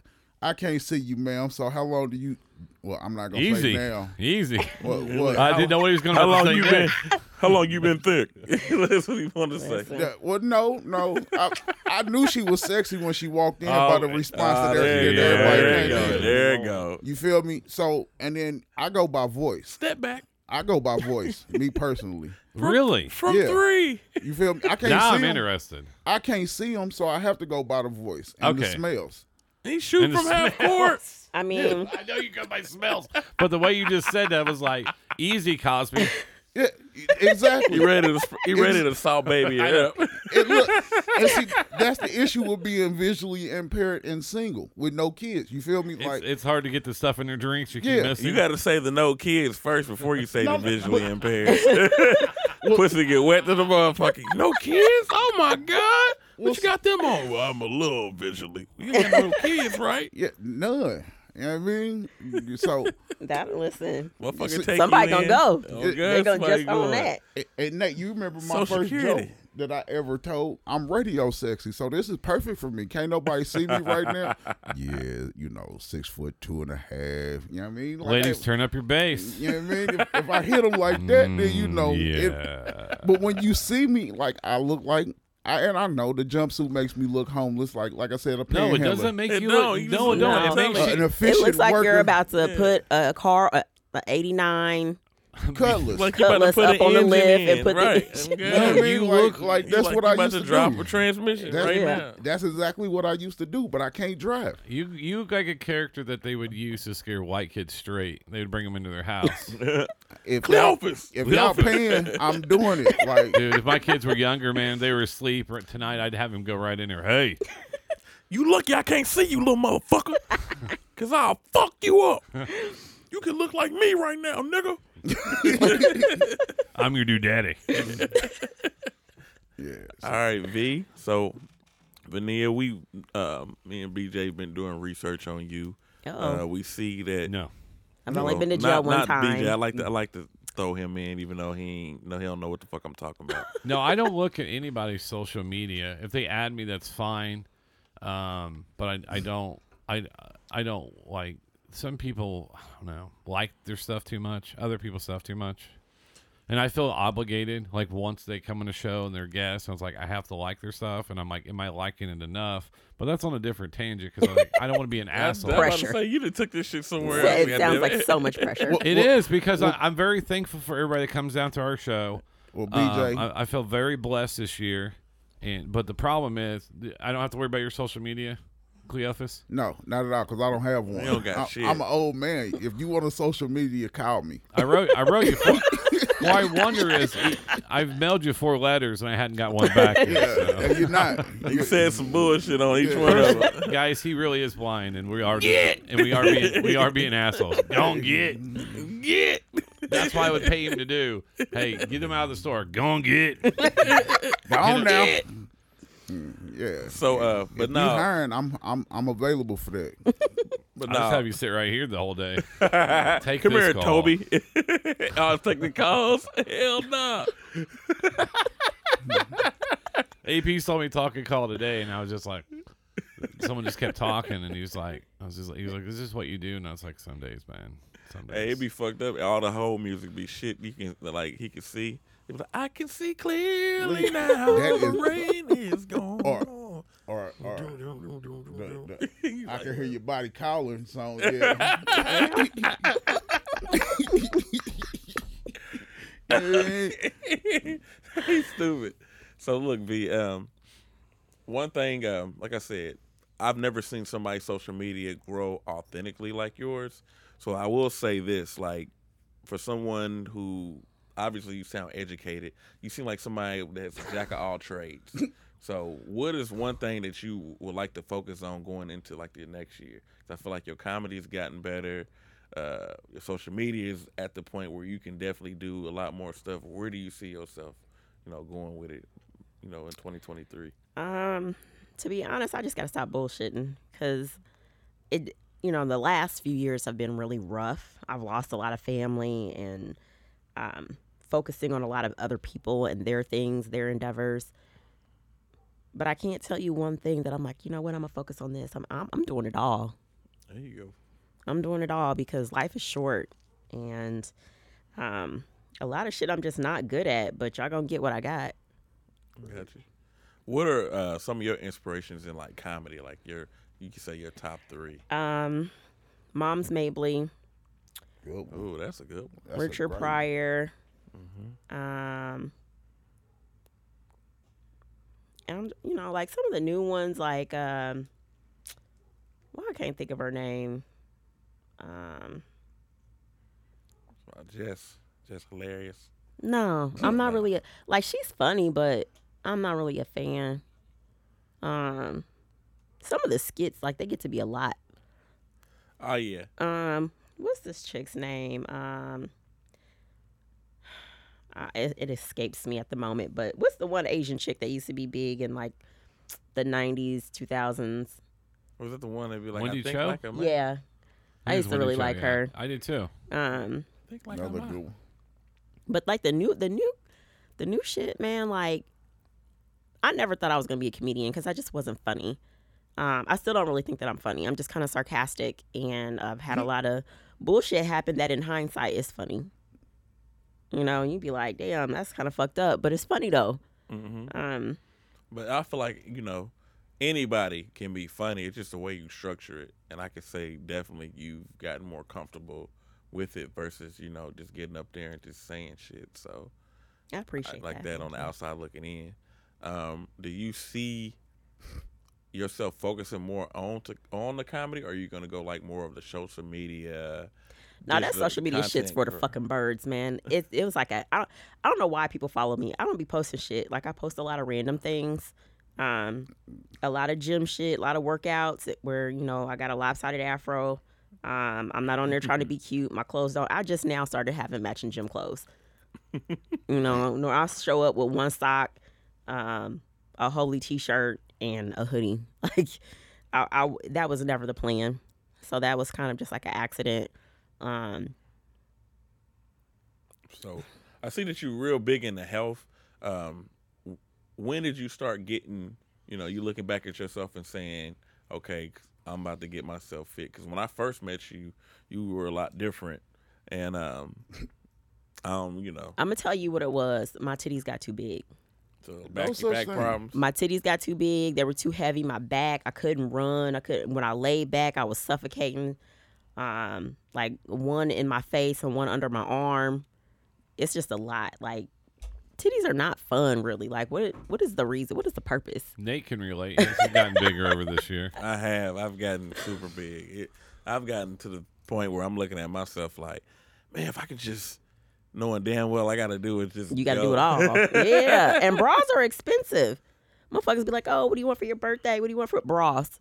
I can't see you, ma'am. So how long do you? Well, I'm not gonna
Easy,
say now. [laughs]
easy.
What what?
I didn't know what he was going
How long
to
you
say.
been? How long you been thick? [laughs] That's what he wanted to say.
Listen.
Yeah, well, no, no. I, I knew she was sexy when she walked in by the
Oh,
response
Ah,
that
there
everybody
you go.
Yeah,
There
everybody
you
came
go.
in.
There you go.
You feel me? So, and then I go by voice.
Step back
I go by voice,
[laughs]
me personally.
Really?
from
Yeah.
three.
You feel me? I can't
Now
see
I'm
'em.
interested.
I can't see them, so I have to go by the voice and the
Okay.
smells.
He shoot
And the
from [laughs] half
smell.
court.
I mean,
I know you got my smells, but the way you just said that was like easy, Cosby.
Yeah, e- exactly.
[laughs] He ready to sp- he ready to saw [laughs] baby it up.
It look, and see, that's the issue with being visually impaired and single with no kids. You feel me?
It's,
Like
it's hard to get the stuff in your drinks. You keep
Yeah,
missing.
You got to say the no kids first before you say
No,
the visually impaired. [laughs] Pussy get wet to the motherfucking no kids. Oh my god, what you got them on? Well, I'm a little visually. You ain't got no kids, right?
yeah, none. You know what I mean? So.
that listen.
See,
Motherfucker, take
Somebody
you
gonna
in.
go.
Oh,
They're
They're
God,
gonna
somebody
just own
going.
that.
And- And Nate, you remember my
Social
first
Security.
joke that I ever told? I'm radio sexy, so this is perfect for me. Can't nobody see me right
[laughs]
now. yeah, you know, six foot two and a half. You know what I mean? Like,
Ladies,
hey,
turn up your bass.
you know what I mean? If, if I hit them like that, then you know. [laughs] it-
Mm, yeah.
but when you see me, like I look like, I and I know the jumpsuit makes me look homeless. Like like I said, a
no, it
panhandler.
doesn't make
It
you
don't.
look.
You
no,
just-
no,
No.
it makes
Uh,
you
an
It
efficient
looks like
worker,
you're about to
Yeah.
put a car, a, a 89.
cutlass.
Like you about to
Cutlass
put
up
an
on the
engine
lift and
in,
put the
right?
engine-
Okay.
you know what I mean?
you
like,
look
like
You
that's
like
what
you
I
about
used
to
to,
drop
do.
a transmission
That's-
right
yeah.
now.
that's exactly what I used to do, but I can't drive.
You you look like a character that they would use to scare white kids straight. They would bring them into their house.
If y'all-
Cleophas.
if y'all paying, I'm doing it.
[laughs]
Like
Dude, if my kids were younger, man, they were asleep or tonight. I'd have them go right in there. Hey,
You lucky I can't see you, little motherfucker. Cause I'll fuck you up. You can look like me right now, nigga.
I'm your new daddy.
Yeah.
All right, V. So, Vania, we, um, me and BJ been doing research on you.
Oh,
Uh, we see that.
No,
I've only
well,
been to jail
not,
one
not
time.
BJ. I like to. I like to throw him in, even though he ain't, no, he don't know what the fuck I'm talking about.
no, I don't look at anybody's social media. If they add me, that's fine. Um, but I, I don't I I don't like some people. I don't know like their stuff too much. Other people's stuff too much. And I feel obligated. Like once they come on a show and they're guests, I was like, I have to like their stuff. And I'm like, am I liking it enough? But that's on a different tangent because like, I don't want to be an asshole.
I'm about to
Pressure.
say you done took this shit somewhere
So
else.
it sounds like so much pressure.
It is because I, I'm very thankful for everybody that comes down to our show.
Well, BJ,
Um, I, I feel very blessed this year, and but the problem is th- I don't have to worry about your social media, Cleophas.
no, not at all, because I don't have one.
You don't got
I,
shit.
I'm an old man. If you want a social media, call me.
I wrote I wrote you. Four, well, I wonder is e, I've mailed you four letters and I hadn't got one back. Yet, so.
And you're not.
[laughs] [laughs] You said some bullshit on each
Yeah.
one of them.
Guys, he really is blind, and we are just, and we are being we are being assholes. Don't get
Get.
that's why I would pay him to do. Hey, get them out of the store. Go and get.
Go on now. Mm, Yeah.
So, uh,
if
but [laughs]
you
no,
hiring, I'm I'm I'm available
[laughs]
for that.
but
I'll just
no.
have you sit right here the whole day. Take
Come
this
here,
call.
Toby. [laughs] I'll take the calls. [laughs] Hell no.
AP saw me talking call today, and I was just like, someone just kept talking, and he was like, I was just, like- he was like, "Is this what you do?" And I was like, "Some days, man, some days."
Hey, it be fucked up. All the whole music be shit. You can like he can see. It was like, I can see clearly now.
[laughs] That
the
is-
rain
[laughs]
is gone.
Or- Or or the-
[laughs]
the-
You
I
like,
can hear your body
[laughs]
calling song. Yeah.
[laughs] He's stupid. So look, V. Um, one thing, um, like I said, I've never seen somebody's social media grow authentically like yours. So I will say this, like, for someone who obviously you sound educated, you seem like somebody that's a jack of all trades. So what is one thing that you would like to focus on going into like the next year? 'Cause I feel like your comedy has gotten better. Uh, your social media is at the point where you can definitely do a lot more stuff. Where do you see yourself, you know, going with it, you know, in 2023?
Um, to be honest, I just gotta stop bullshitting because it, you know, the last few years have been really rough. I've lost a lot of family and um, focusing on a lot of other people and their things, their endeavors. But I can't tell you one thing that I'm like, you know what? I'm gonna focus on this. I'm I'm, I'm doing it all.
There you go.
I'm doing it all because life is short and um, a lot of shit I'm just not good at. But y'all gonna get what I got.
Gotcha. What are uh, some of your inspirations in like comedy? Like your, you can say your top three.
Um, Mom's Mabley.
[laughs] Good one.
Oh, that's a good one.
That's a
Richard
great- Mm-hmm.
Pryor. Um, and you know, like some of the new ones, like um, well, I can't think of her name. Um,
Wow, Uh, Jess, Jess, hilarious.
no, I'm not really a, like she's funny, but I'm not really a fan. Um, some of the skits, like they get to be a lot.
Oh yeah,
Um, what's this chick's name? Um, [sighs] I, it, it escapes me at the moment, but what's the one Asian chick that used to be big in like the 90s, 2000s?
was that the one that be like
Wendy
I think
Cho?
like a man?
Yeah. I
Here's
used to
one
really
show,
like
yeah.
her.
I did too.
Um,
Think like a
Another
man.
good one.
but like the new, the new, the new shit, man, like I never thought I was going to be a comedian because I just wasn't funny. Um, I still don't really think that I'm funny. I'm just kind of sarcastic and I've had a lot of bullshit happen that in hindsight is funny. You know, you'd be like, damn, that's kind of fucked up, but it's funny though.
Mhm.
Um,
But I feel like you know anybody can be funny. It's just the way you structure it, and I could say definitely you've gotten more comfortable with it versus you know just getting up there and just saying shit. So
I
I
appreciate
like
that.
that on the outside looking in. Um, do you see yourself focusing more on to on the comedy, or are you gonna go like more of the social media?
Now that
just the
social media shit's
content
for the
cre-
fucking birds, man. It it was like a I don't I don't know why people follow me. I don't be posting shit. Like I post a lot of random things, um, a lot of gym shit, a lot of workouts where you know I got a lopsided afro. Um, I'm not on there trying
[laughs]
to be cute. My clothes don't. I just now started having matching gym clothes. you
[laughs]
know, nor I'll show up with one sock, um, a holy t-shirt, and a hoodie. [laughs] Like, I, I that was never the plan. So that was kind of just like an accident. Um,
So I see that you're real big into health. Um, w- when did you start getting, you know, you looking back at yourself and saying, okay, I'm about to get myself fit? Because when I first met you, you were a lot different. And, um, um, you know,
I'm gonna tell you what it was. My titties got too big.
so
No
back
such
back
thing.
problems.
My titties got too big. They were too heavy. My back, I couldn't run. I couldn't. When I laid back, I was suffocating. Um, like one in my face and one under my arm. It's just a lot. Like titties are not fun, really. Like what? What is the reason? What is the purpose?
Nate can relate. His have gotten bigger over this
[laughs]
year.
I have. I've gotten super big. It, I've gotten to the point where I'm looking at myself like, man, if I could just, knowing damn well I got to do is just.
You got to
go.
do it all.
[laughs]
yeah, and bras are expensive. Motherfuckers be like, oh, what do you want for your birthday? What do you want for bras?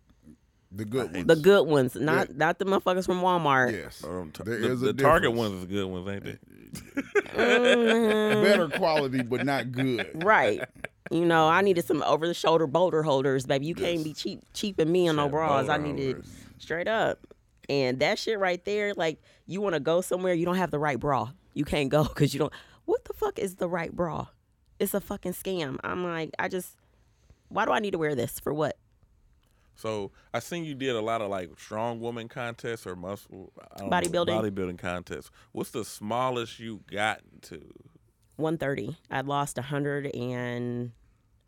The good ones.
The good ones, not not the motherfuckers from Walmart.
Yes.
Um, t-
There
the,
is a
the Target
difference.
ones is good ones, ain't they?
Mm-hmm. [laughs]
Better quality, but not
[laughs]
good.
Right. You know, I needed some over the shoulder boulder holders, baby. You can't be cheap cheaping me on no
Said
bras. I
boulder
needed
holders.
straight up. And that shit right there, like you want to go somewhere, you don't have the right bra. You can't go because you don't. What the fuck is the right bra? It's a fucking scam. I'm like, I just, why do I need to wear this for what?
So I seen you did a lot of like strong woman contests or muscle I don't know,
Bodybuilding.
bodybuilding contests. What's the smallest you gotten to?
130. I lost 100 and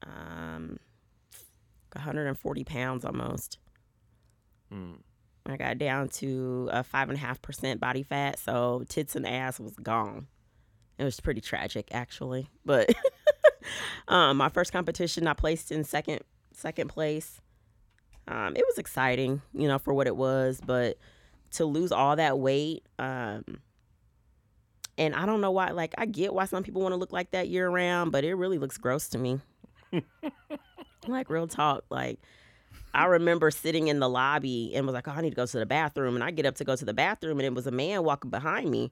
um, 140 pounds almost.
Mm.
I got down to a five and a half percent body fat, so tits and ass was gone. It was pretty tragic, actually. But [laughs] um, my first competition, I placed in second second place. Um, it was exciting, you know, for what it was. But to lose all that weight, um, and I don't know why. Like, I get why some people want to look like that year round, but it really looks gross to me. like real talk, like. I remember sitting in the lobby and was like, "Oh, I need to go to the bathroom." And I get up to go to the bathroom, and it was a man walking behind me,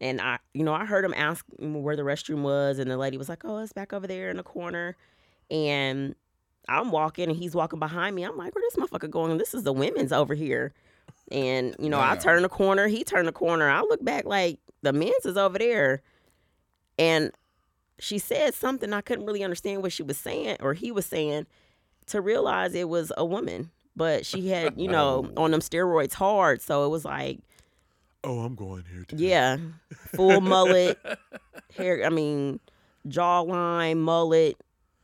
and I, you know, I heard him ask where the restroom was, and the lady was like, "Oh, it's back over there in the corner." And I'm walking, and he's walking behind me. I'm like, "Where this motherfucker going? This is the women's over here." And you know, I
Wow.
turn the corner, he turned the corner. I look back like the men's is over there, and she said something I couldn't really understand what she was saying or he was saying. To realize it was a woman, but she had you know
Oh.
on them steroids hard, so it was like
Oh, I'm going here too.
yeah.
[laughs]
Full mullet, hair, I mean, jawline, mullet,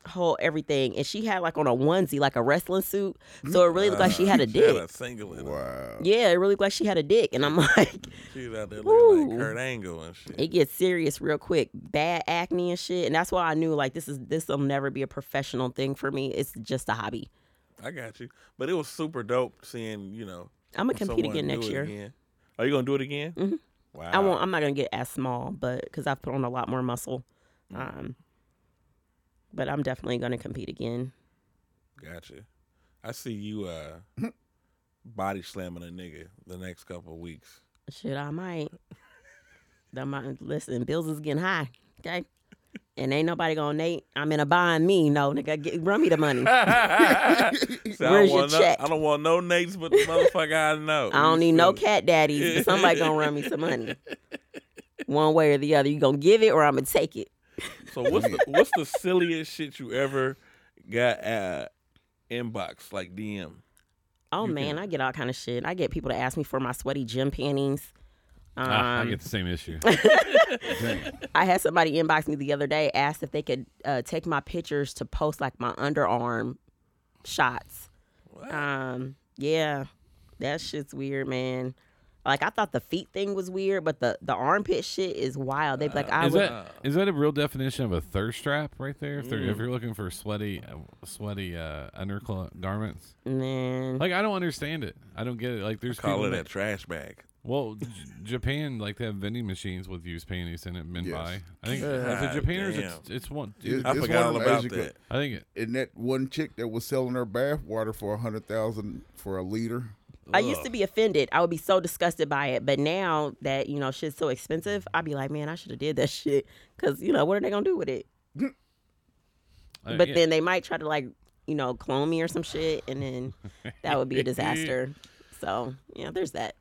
whole everything. And she had like on a onesie, like a wrestling suit. So it really looked like she had a
[laughs] She had
dick.
a single in her.
Wow.
Yeah, it really looked like she had a dick. And I'm [laughs] like,
[laughs] She's out there looking
Ooh.
like Kurt Angle and shit.
it gets serious real quick. Bad acne and shit. And that's why I knew like this is this will never be a professional thing for me. It's just a hobby.
I got you. But it was super dope seeing, you know.
I'm gonna compete
someone
again
do
next
it
year.
again. Are you gonna do it again?
Mhm.
Wow.
I won't. I'm not gonna get as small, but because I've put on a lot more muscle. Um, but I'm definitely gonna compete again.
Gotcha. I see you [laughs] uh body slamming a nigga the next couple of weeks.
Shit, I might. That might listen. Bills is getting high. Okay. And ain't nobody gonna Nate. I'm in a bind me. No, nigga, get, run me
[laughs]
the money.
So I don't
Where's your
want no-
check?
I don't want no Nates but the motherfucker I know.
I don't
You
need no
feel me?
cat daddies, but somebody gonna run me some money. One way or the other. You gonna give it or I'm gonna take it.
So what's the what's the silliest shit you ever got uh inbox like DM?
Oh
You
man,
can-
I get all kind of shit. I get people to ask me for my sweaty gym panties. Um,
Ah, I get the same issue.
Damn.
I had somebody inbox me the other day, asked if they could uh, take my pictures to post like my underarm shots.
What?
Um, yeah, that shit's weird, man. Like I thought the feet thing was weird, but the the armpit shit is wild. They be like, I
Uh, is
would.
that is that a real definition of a thirst trap right there? If, they're
Mm.
if you're looking for sweaty, uh, sweaty uh, undergarments,
man,
like I don't understand it. I don't get it. Like there's
Call
people
it a
that,
trash bag.
well, J- Japan like they have vending machines with used panties in it. in
Yes.
Minbai. I think
God
if the Japaners, it's,
damn.
it's one.
It-
I
it's
forgot
one
all
of
about
[laughs]
Asia-
that.
I think it.
And that one chick that was selling her bath water for a hundred thousand for a liter.
I used to be offended. I would be so disgusted by it, but now that you know shit's so expensive, I'd be like, man, I should have did that [laughs] shit because you know what are they gonna do with it?
I- Oh,
but
yeah.
then they might try to like you know clone me or some shit, and then that would be a disaster. so yeah, there's that.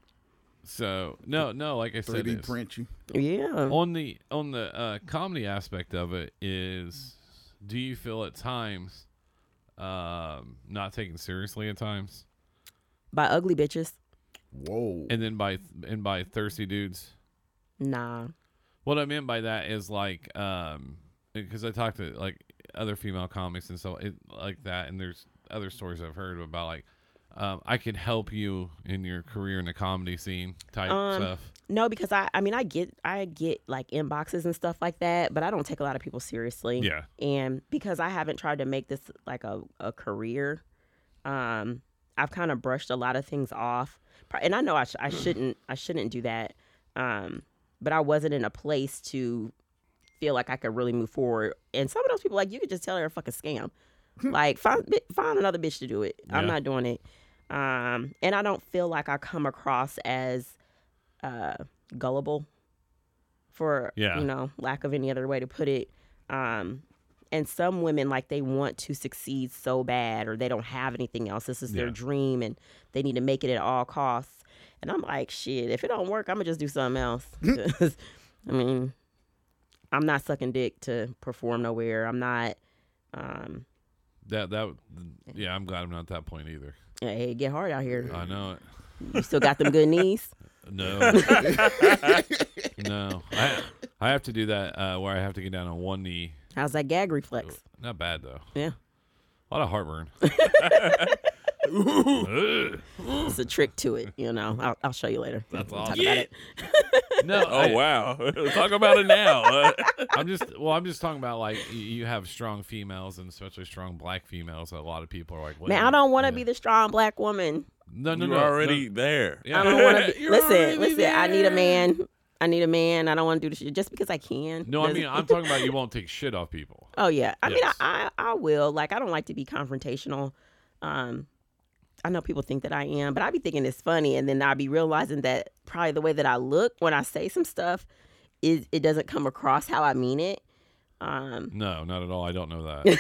so no, no. Like I
Three
said,
D
it's-
print you.
Yeah.
on the on the uh, comedy aspect of it is do you feel at times um, not taken seriously at times
By ugly bitches,
Whoa.
and then by and by thirsty dudes
nah.
what i meant by that is like um because i talked to like other female comics and so it like that and there's other stories i've heard about like um, i could help you in your career in the comedy scene type
Um,
stuff
No, because I I mean I get I get like inboxes and stuff like that, but I don't take a lot of people seriously.
yeah
And because I haven't tried to make this like a, a career, um, I've kind of brushed a lot of things off. Pro- And I know I, sh- I shouldn't I shouldn't do that. Um, but I wasn't in a place to feel like I could really move forward. And some of those people like you could just tell they're a fucking
[laughs]
scam. like find bi- find another bitch to do it. I'm
Yeah.
not doing it. Um, and I don't feel like I come across as uh, gullible for
Yeah.
you know lack of any other way to put it um and some women like they want to succeed so bad or they don't have anything else this is their
Yeah.
dream and they need to make it at all costs and i'm like shit if it don't work i'm gonna just do something
[laughs]
else 'Cause, i mean i'm not sucking dick to perform nowhere i'm not um
that that yeah i'm glad i'm not at that point either
hey it get hard out here
i know it
you still got them good knees
No. [laughs] no. I I have to do that uh, where I have to get down on one knee. [laughs]
how's that gag reflex
Not bad though.
yeah
A lot of heartburn. Ugh.
It's a trick to it, you know. I'll, I'll show you later.
That's
We'll
awesome.
Talk about it.
no,
Oh wow! [laughs] Talk about it [laughs]
[laughs]
now.
I'm just well. I'm just talking about like y- you have strong females and especially strong black females. that A lot of people are like,
Man, I don't want to be the strong black woman.
No, no,
You're
no.
already
no.
there.
Yeah.
I
[laughs]
don't want to be.
You're already
listen, listen. I need a
there.
man. I need a man. I don't want to do this shit just because I can.
No, I
Doesn't-
mean I'm talking about you won't take shit off people.
Oh yeah. I mean, I,
Yes.
I I will. Like, I don't like to be confrontational. Um, I know people think that I am, but I be thinking it's funny, and then I be realizing that probably the way that I look when I say some stuff is it doesn't come across how I mean it. Um,
No, not at all. I don't know
[laughs]
that.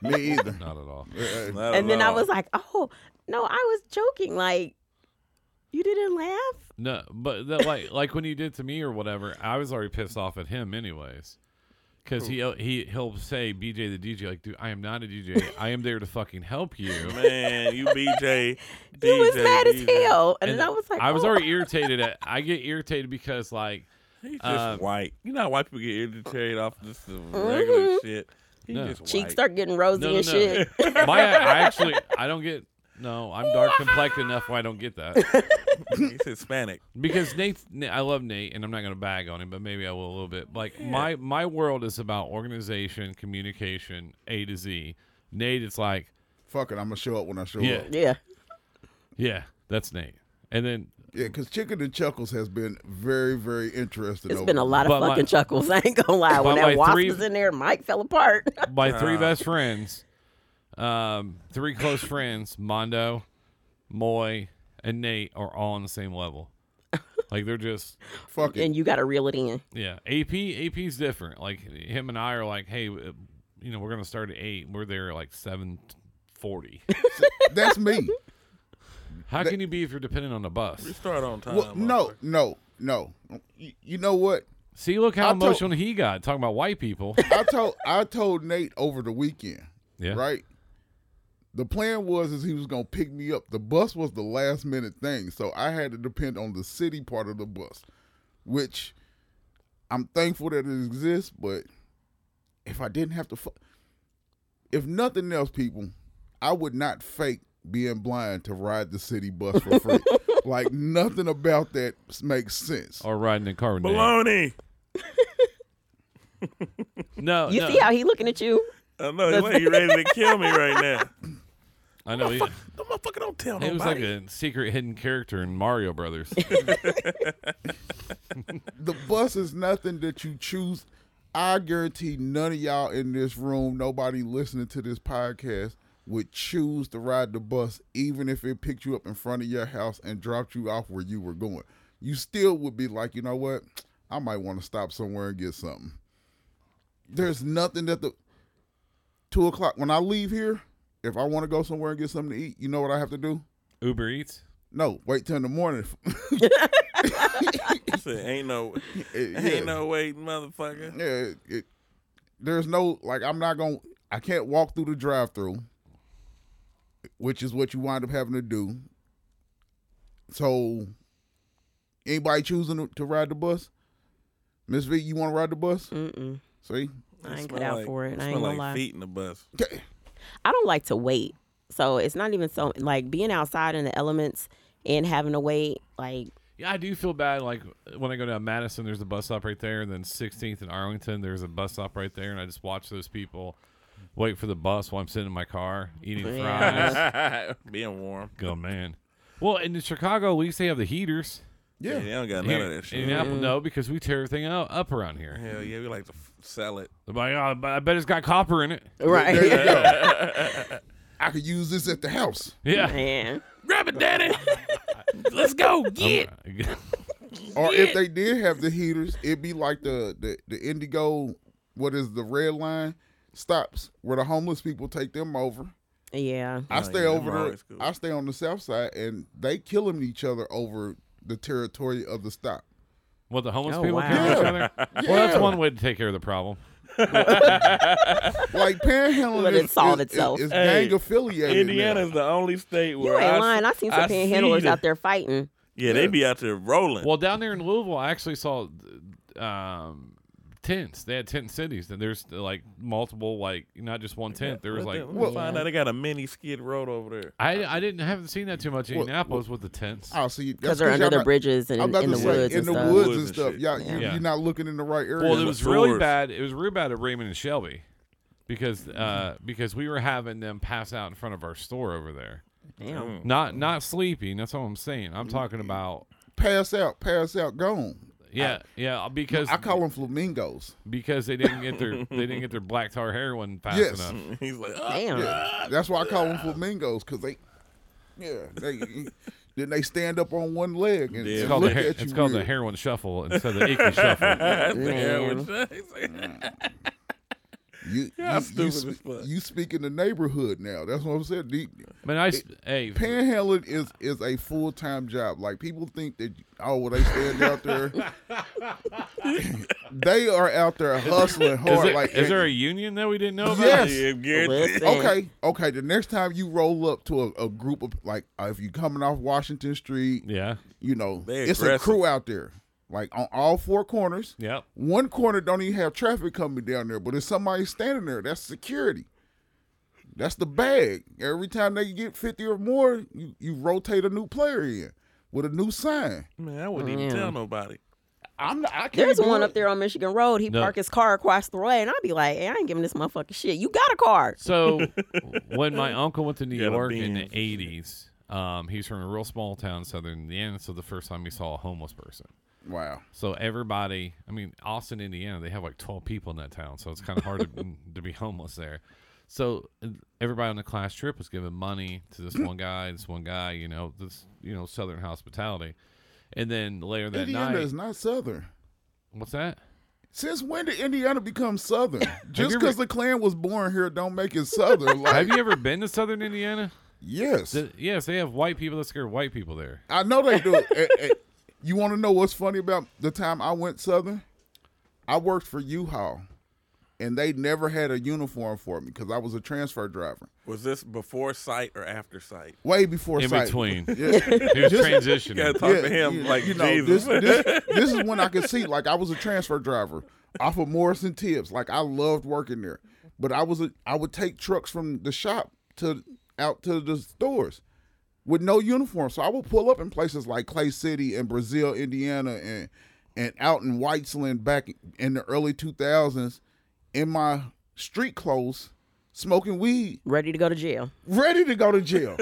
[laughs] Me
[laughs]
either.
not at all.
Uh, uh,
Not
and then I
at all.
was like, oh no, I was joking. Like, you didn't laugh.
No, but that, like like when you did to me or whatever, I was already pissed off at him anyways. Cause he he he'll say BJ the DJ like dude I am not a DJ I am there to fucking help you
[laughs] man, you BJ.
[laughs] you was
DJ,
mad as
DJ.
hell, [laughs] and,
And
then I was like,
I was
oh.
already irritated at I get irritated because like
He's just
Um,
white. You know how white people get irritated off this regular shit. He's
No.
just
Mm-hmm. cheeks
white.
start getting rosy
No, no,
and
no.
shit.
[laughs] my I actually I don't get no I'm dark complected enough where I don't get that
He's Hispanic.
because Nate I love Nate and I'm not gonna bag on him but maybe I will a little bit like my my world is about organization communication A to Z Nate it's like
fuck it, I'm gonna show up when I show
Yeah.
up.
yeah.
yeah that's Nate and then
Yeah, because Chicken and Chuckles has been very, very interesting.
It's
over
been a
the-
lot of
But my-
fucking chuckles. [laughs] I ain't gonna lie. When
But my
that wasp
three-
was in there, Mike fell apart. [laughs]
my three
Ah.
best friends, um, three close friends, Mondo, Moy, and Nate are all on the same level. Like they're just
Fuck it.
and you gotta reel it in.
yeah. AP AP's different. Like him and I are like, hey, uh, you know, we're gonna start at eight. We're there at like seven
[laughs]
forty. [laughs]
That's me.
How can you be if you're dependent on the bus?
We
[laughs]
start on time.
Oh,
Well, no, no, no. You, you know what?
See, look how
I told-
emotional he got talking about white
[laughs]
people.
I told I told Nate over the weekend,
Yeah,
right? The plan was is he was gonna pick me up. The bus was the last minute thing, so I had to depend on the city part of the bus, which I'm thankful that it exists. But if I didn't have to, fu- if nothing else, people, I would not fake being blind to ride the city bus for free. like nothing about that s- makes sense.
Or riding in car with Nate.
Baloney.
No,
You
Uh, no.
see how he looking at you?
I know he's like, you ready to kill me right now.
I know. He,
[laughs] The motherfucker don't tell
he
nobody.
was like a secret hidden character in Mario
[laughs]
Brothers.
the bus is nothing that you choose. I guarantee none of y'all in this room, nobody listening to this podcast, would choose to ride the bus, even if it picked you up in front of your house and dropped you off where you were going. You still would be like, you know what? I might want to stop somewhere and get something. There's nothing that the two o'clock when I leave here, if I want to go somewhere and get something to eat, you know what I have to do?
Uber Eats.
No, wait till in the morning. [laughs]
He said, ain't
[laughs]
no,
Yeah.
ain't no way, motherfucker.
Yeah, it, it, there's no like I'm not gonna I can't walk through the drive through, which is what you wind up having to do. So, anybody choosing to- to ride the bus, Miss V, you want to ride the bus?
Mm-mm.
See,
I
Smell
ain't cut out
like-
for it. I
smell
ain't gonna
like
lie.
feet in the bus. [laughs]
I don't like to wait. So it's not even so like being outside in the elements and having to wait. Like
Yeah, I do feel bad. Like when I go down Madison, there's a bus stop right there, and then 16th and Arlington, there's a bus stop right there, and I just watch those people wait for the bus while I'm sitting in my car eating
Yeah.
fries.
Being warm.
Go man. Well, and in Chicago, at least they have the heaters.
Yeah,
yeah,
they don't got none
Here,
of that shit.
in Apple, no, because we tear everything out, up around here.
Hell yeah, we like to f- sell it.
They're like, oh, but I bet it's got copper in it.
[laughs]
there
right.
you go. I could use this at the house,
[laughs] Yeah.
Man.
Grab it, daddy. Let's go. Get.
Oh,
or if they did have the heaters, it'd be like the the, the Indigo, what is the red line stops where the homeless people take them over.
Yeah.
I
No,
stay
yeah,
over
them are
there.
always cool.
I stay on the south side, and they killing each other over the territory of the stop.
[laughs] What the homeless
Oh,
people
wow.
kill each other? Well, that's one way to take care of the problem.
Like panhandling,
Let it
is-
solve
is- is-
itself.
Is,
Hey,
gang affiliated.
Indiana's the only state where
You ain't
I,
lying. I seen some
see
panhandlers
the-
out there fighting.
Yeah, they be out there rolling.
Well, down there in Louisville, I actually saw um, tents. They had tent cities. And there's like multiple, like not just one tent. There was
What
like
the- we find out they got a mini skid road over there. [laughs]
I I didn't I haven't seen that too much in
Well,
Indianapolis with the tents.
Oh, see, that's
because they're under
y'all
the
not-
bridges and
I'm
in,
about
in
to
the
say,
woods
in
and
the
stuff.
Woods
woods and
and
stuff.
shit.
Yeah, You,
Yeah.
you're not looking in the right area.
Well, it
Yeah.
was
With
really
swords.
bad. It was really bad at Raymond and Shelby because uh, because we were having them pass out in front of our store over there.
Damn.
Mm.
Not not sleeping. That's all I'm saying. I'm talking about
pass out, pass out, gone.
yeah yeah because
I call them flamingos.
because they didn't get their they didn't get their black tar heroin fast
Yes.
enough.
He's like, "Ah."
Damn.
That's why I call them flamingos because they, yeah, they then they stand up on one leg and
Yeah.
It's
look
called, the,
at
har-
you.
it's called the
weird.
heroin shuffle instead of the icky
[laughs]
shuffle.
That's the [laughs]
Man.
hell with-
You,
Yeah, I'm
you, you,
stupid as
spe-
fuck.
you speak in the neighborhood now. That's what I'm saying. The-
Man, I s- hey
Panhandling is is a full time job. Like people think that oh, well they stand out there. [laughs] they are out there hustling
is,
hard.
there,
like
is there a union that we didn't know about?
Yes.
"Oh, Yeah, Garrett.
Listen.
Okay, okay. The next time you roll up to a, a group of like, uh, if you coming off Washington Street,
Yeah.
you know,
They
it's
aggressive.
a crew out there, like on all four corners.
Yep.
One corner don't even have traffic coming down there, but if somebody's standing there, that's security. That's the bag. Every time they get fifty or more, you, you rotate a new player in with a new sign.
Man, I wouldn't even
Yeah.
tell nobody.
I'm not, I can't
There's
do
one
it.
up there on Michigan Road. He
No.
parked his car across the way, and I'd be like, hey, I ain't giving this motherfucker shit. You got a car.
[laughs]
So when my uncle went to New
Got a
York in the
bean.
eighties, um, he's from a real small town in southern Indiana, so the first time he saw a homeless person.
Wow.
So everybody I mean, Austin, Indiana, they have like twelve people in that town, so it's kinda hard
[laughs]
to, to be homeless there. So uh, everybody on the class trip was giving money to this one guy, this one guy, you know, this you know, southern hospitality. And then later that
Indiana
night
is not southern.
what's that?
Since when did Indiana
[laughs]
become Southern? Just
you
because
ever-
the Klan was born here, don't make it Southern.
[laughs]
Like,
Have you ever been to Southern Indiana?
yes,
Th- yes, they have white people that scare white people there.
I know they do. Eh, eh, you want to know what's funny about the time I went Southern? I worked for U-Haul, and they never had a uniform for me because I was a transfer driver.
Was this before sight or after sight?
Way before
In
sight. [laughs]
between, he
Yeah.
was
You gotta
transitioning.
talk to him
yeah,
like
you know,
Jesus. [laughs]
This, this, this is when I could see, like, I was a transfer driver off of Morrison Tibbs. Like, I loved working there, but I was a, I would take trucks from the shop to out to the stores with no uniform. So I would pull up in places like Clay City and Brazil, Indiana, and and out in Whitesland back in the early two thousands in my street clothes, smoking weed
Ready to go to jail.
ready to go to jail.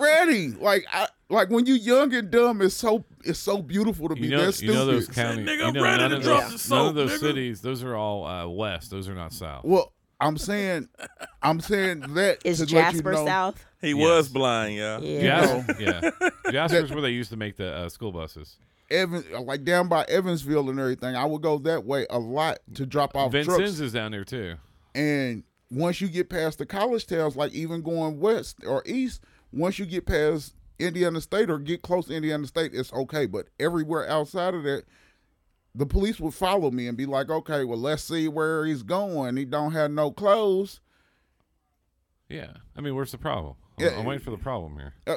ready. Like I like when you young and dumb, it's so it's so beautiful to be
You know,
that
you
stupid.
know those counties.
nigga,
you know,
ready
none,
to
of
drop
those,
the
none
soap,
of those
nigga.
cities. Those are all uh, west. Those are not south.
well, I'm saying I'm saying that
Is
to
Jasper
let you know,
South?
[laughs] he
Yes.
was blind, y'all.
Yeah.
Jas- yeah,
[laughs]
Jasper's where they used to make the uh, school buses.
Evan like down by Evansville and everything. I would go that way a lot to drop off
Vincennes
trucks.
is down there too.
And once you get past the college towns, like even going west or east, once you get past Indiana State or get close to Indiana State, it's okay. But everywhere outside of that, the police would follow me and be like, okay, well, let's see where he's going. He don't have no clothes.
Yeah, I mean, where's the problem? I'm,
Yeah.
I'm waiting for the problem here.
Uh,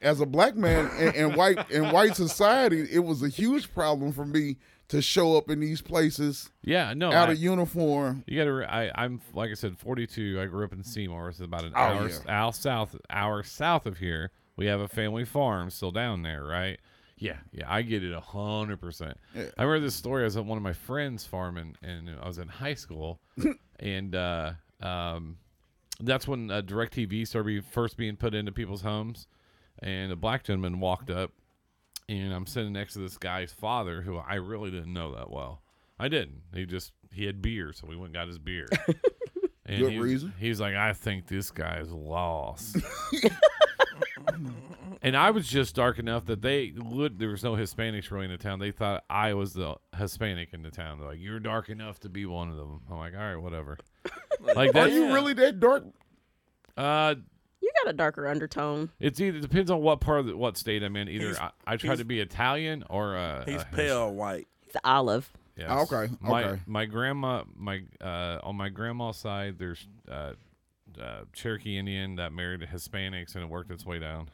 as a black man in, in white in white society, it was a huge problem for me to show up in these places
Yeah, no,
out
Oh, I-
of uniform.
You gotta. Re- I, I'm like I said, 42. I grew up in Seymour. It's about an hour, s- hour south, hour south of here. We have a family farm still down there, right? Yeah, yeah. I get it a hundred percent. I remember this story. I was at one of my friends' farm, and, and I was in high school, and uh, um, that's when uh, Directv started be- first being put into people's homes, and a black gentleman walked up and I'm sitting next to this guy's father who I really didn't know that well. I didn't. He just he had beer, so we went and got his beer. and
Good
he was-
reason.
He's like, I think this guy's lost.
[laughs]
and I was just dark enough that they lit there was no Hispanics really in the town. They thought I was the Hispanic in the town. They're like, You're dark enough to be one of them. I'm like, All right,
[laughs]
whatever. like
Are
that
you really that dark?
uh
You got a darker undertone.
it's either depends on what part of the, what state I'm in. Either
He's-
I, I try
he's-
to be Italian or uh
He's
uh,
pale white.
It's olive.
Yes.
Oh, okay,
My
okay.
my grandma my uh on my grandma's side there's uh, uh Cherokee Indian that married Hispanics and it worked its way down.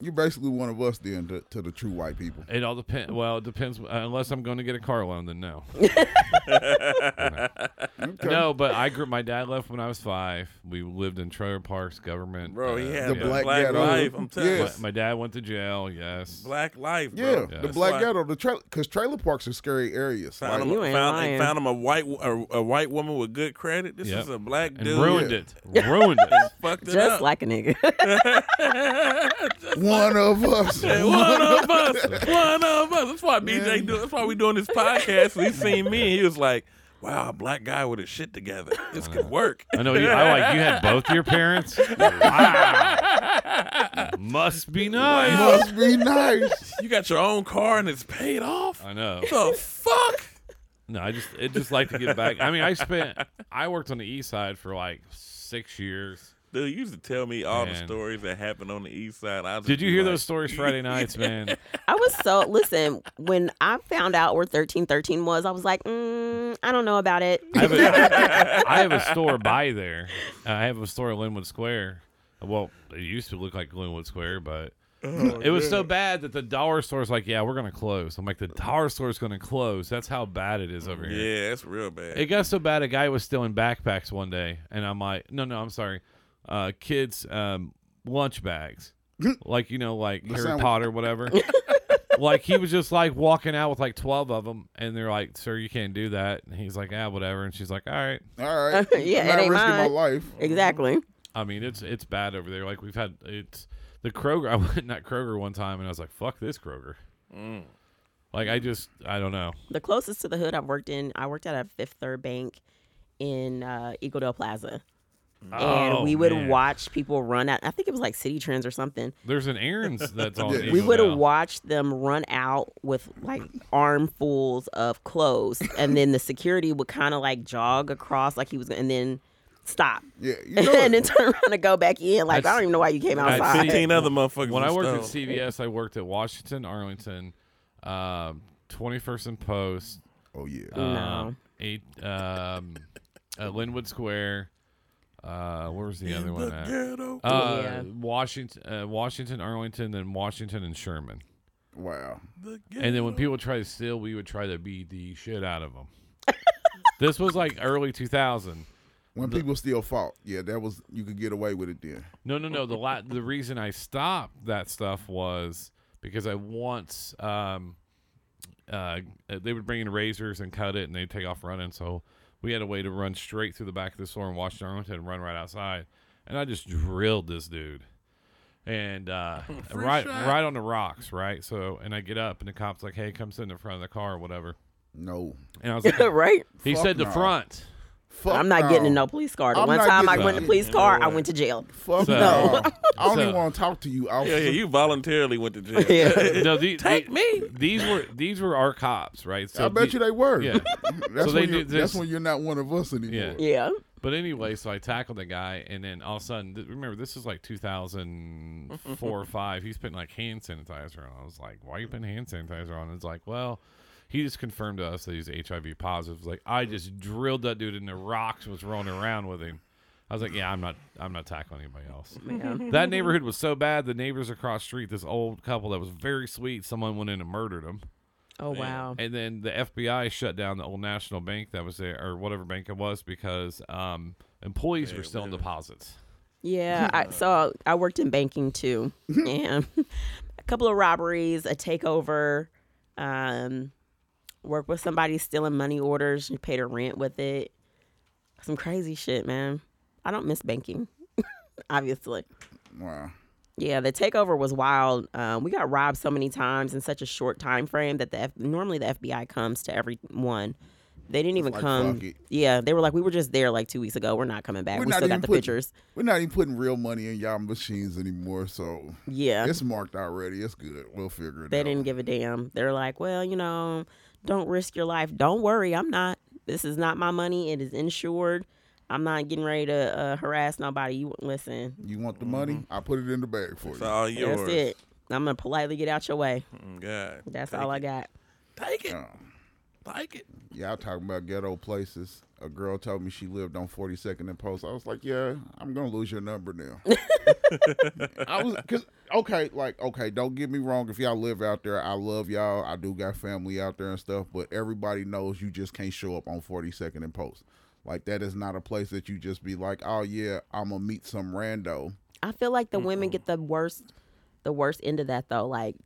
You're basically one of us then to, to the true
[laughs]
white people.
It all depends. Well, it depends. Unless I'm going to get a car loan, then no.
Okay.
No, but I grew. My dad left when I was five. We lived in trailer parks, government.
Bro, he
uh,
had
The
the
yeah.
black
black,
ghetto.
life. I'm telling
My,
Yes.
you.
my dad went to jail. Yes.
Black life, bro.
Yeah, the
That's
black
why
ghetto, the trailer, because trailer parks are scary areas.
Found
Like,
him,
You ain't
found,
lying.
found him a white wo- a, a white woman with good credit. This
Yep.
is a black
and
dude.
ruined it. Ruined
[laughs]
it.
Fucked it
Just
up.
like a nigga. [laughs]
one of
[laughs]
us.
one of us. One of us. That's why BJ do. That's why we doing this podcast. He seen me. and He was like, "Wow, a black guy with his shit together. This could work."
I know. You,
[laughs]
I like you had both your [laughs] parents. Wow. Must be nice.
[laughs] Must be nice.
You got your own car and it's paid off.
I know.
The fuck.
No, I just it just like to get back. I mean, I spent. I worked on the east side for like six years.
Dude, you used to tell me all the
Man.
stories that happened on the east side. I was
Did
just
you
be
hear
like,
those stories [laughs] Friday nights, man?
I was so listen when I found out where thirteen thirteen was. I was like, mm, I don't know about it.
I have, a, I have a store by there. Uh, I have a store in Linwood Square. Well, it used to look like Linwood Square, but it was so bad that the dollar store's like, yeah, we're gonna close. I'm like, the dollar store's gonna close. That's how bad it is over here.
Yeah, that's real bad.
It got so bad a guy was stealing backpacks one day, and I'm like, no, no, I'm sorry, uh, kids' um, lunch
[laughs]
bags, like you know, like Harry
sandwich.
Potter,
[laughs]
whatever. like he was just like walking out with like twelve of them, and they're like, sir, you can't do that. And he's like, ah, whatever. And she's like, all right.
All right.
[laughs] Yeah, it
Not
ain't
risking my
mine.
life.
[laughs] Exactly.
I mean, it's it's bad over there. Like we've had it's the Kroger. [laughs] I went in that Kroger one time, and I was like, fuck this Kroger.
Mm.
Like I just I don't know.
The closest to the hood I've worked in, I worked at a Fifth Third Bank in uh, Eagledale Plaza, and
Oh,
we would
man.
watch people run out. I think it was like City Trends or something.
There's an errands
[laughs]
that's on.
Yeah.
we
Eagle
would have
now.
watched them run out with like armfuls of clothes, and then the security would kind of like jog across, like he was, and then stop, [laughs]
Yeah, you know
and
it.
then turn around and go back in. Like I
That's-
don't even know why you came
I've
outside.
seen-
Fifteen other motherfuckers.
When I
was
worked at
stoned.
CVS, I worked at Washington, Arlington, um, 21st and Post,
Oh yeah.
um, eight, um, uh, Linwood Square. Uh, where was the
In
other one
the
at?
ghetto.
Uh,
Yeah.
Washington, uh, Washington, Arlington, then Washington and Sherman.
wow.
The
And then when
ghetto.
people would try to steal, we would try to beat the shit
[laughs]
out of them. this was like early 2000.
When people still fought, yeah, that was you could get away with it then.
No, no, no. The la- the reason I stopped that stuff was because I once um, uh, they would bring in razors and cut it, and they'd take off running. So we had a way to run straight through the back of the store in Washington Arlington and run right outside. And I just drilled this dude, and
[laughs]
uh, right
shot.
right on the rocks, right. So and I get up, and the cop's like, "Hey, come sit in the front of the car, or whatever."
No.
And
[laughs]
I was like,
[laughs] right?
"He
Fuck
said the
no.
front."
Fuck
I'm not getting in no police car. The
I'm
one
not
time I
getting
went in
that.
the police
No
car, I
way.
went to jail.
Fuck
So-
[laughs]
no. I don't
So-
even want to talk to you,
yeah,
officer.
yeah, you [laughs] voluntarily went to jail.
[laughs] Yeah.
No,
[laughs]
the,
Take
the-
me.
These were these were our cops, right? So
I bet
the-
you they were.
Yeah.
[laughs] That's,
So they
when
do
you, that's
this-
when you're not one of us
Yeah.
anymore.
Yeah.
But anyway, so I tackled the guy, and then all of a sudden, th- remember this is like 2004 or five. He's putting like hand sanitizer on. I was like, "Why are you putting hand sanitizer on?" It's like, well, he just confirmed to us that he's HIV positive. It's Like I just drilled that dude in the rocks, and was rolling around with him. I was like, "Yeah, I'm not, I'm not tackling anybody else."
Man.
That neighborhood was so bad. The neighbors across the street, this old couple that was very sweet, someone went in and murdered them.
Oh wow.
And then the FBI shut down the old national bank that was there, or whatever bank it was, because um, employees were stealing deposits.
Yeah, I, so I worked in banking too,
Mm-hmm.
and [laughs] a couple of robberies, a takeover, um, work with somebody stealing money orders, you paid her rent with it, some crazy shit, man. I don't miss banking, [laughs] obviously.
Wow.
Yeah, the takeover was wild. Um, we got robbed so many times in such a short time frame that the F- normally the FBI comes to everyone. They didn't even
like,
come.
fuck it.
Yeah, they were like, we were just there like two weeks ago. We're not coming back.
We're
we
not
still
even
got the
putting-
pictures.
We're not even putting real money in y'all machines anymore, so
Yeah.
it's marked already. It's good. We'll figure it
They
out.
didn't give a damn. They're like, well, you know, don't risk your life. Don't worry, I'm not. This is not my money. It is insured. I'm not getting ready to uh, harass nobody. You listen.
you want the money?
Mm-hmm.
I put it in the bag for
It's
you.
all yours.
That's it. I'm gonna politely get out your way.
Mm, God.
That's
Take
all I
it.
got.
Oh.
Take it.
Yeah.
Take it.
Y'all talking about ghetto places. a girl told me she lived on 42nd and Post. I was like, yeah, I'm gonna lose your
[laughs]
number now. I was cause okay, like okay, don't get me wrong. If y'all live out there, I love y'all. I do got family out there and stuff, but everybody knows you just can't show up on 42nd and Post. Like that is not a place that you just be like, oh yeah, I'm gonna meet some rando.
I feel like the women get the worst, the worst end of that though. Like,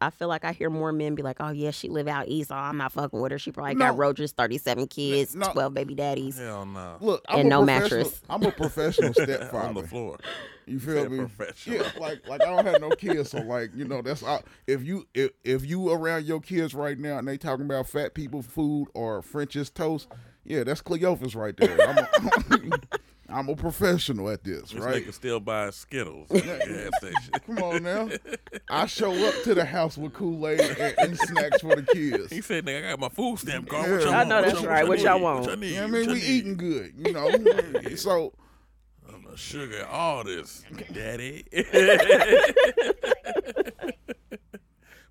I feel like I hear more men be like, "Oh yeah, she live out east. Oh, I'm not fucking with her. She probably
No.
got roaches, thirty seven kids,
No.
twelve baby daddies."
Hell no.
Look, I'm
And
a
no
professional-
mattress.
I'm a professional
[laughs]
stepfather.
On the floor.
You feel
said
me?
professional.
Yeah, like like I don't have no kids, so like you know that's all, if you if if you around your kids right now and they talking about fat people food or French's toast, yeah, that's Cleophas right there. I'm a, [laughs] I'm a professional at this,
This
right?
nigga still buy Skittles. at the gas station.
[laughs] Come on now, I show up to the house with Kool Aid and, and snacks for the kids.
He said, "Nigga, I got my food stamp card.
Yeah.
What y'all
I
want?
know that's
y'all-
right. What
y'all
need?
want?
y'all need?
You know what I mean,
What
we
y'all need?
eating good, you know. so
I'm the sugar, all this, daddy. [laughs]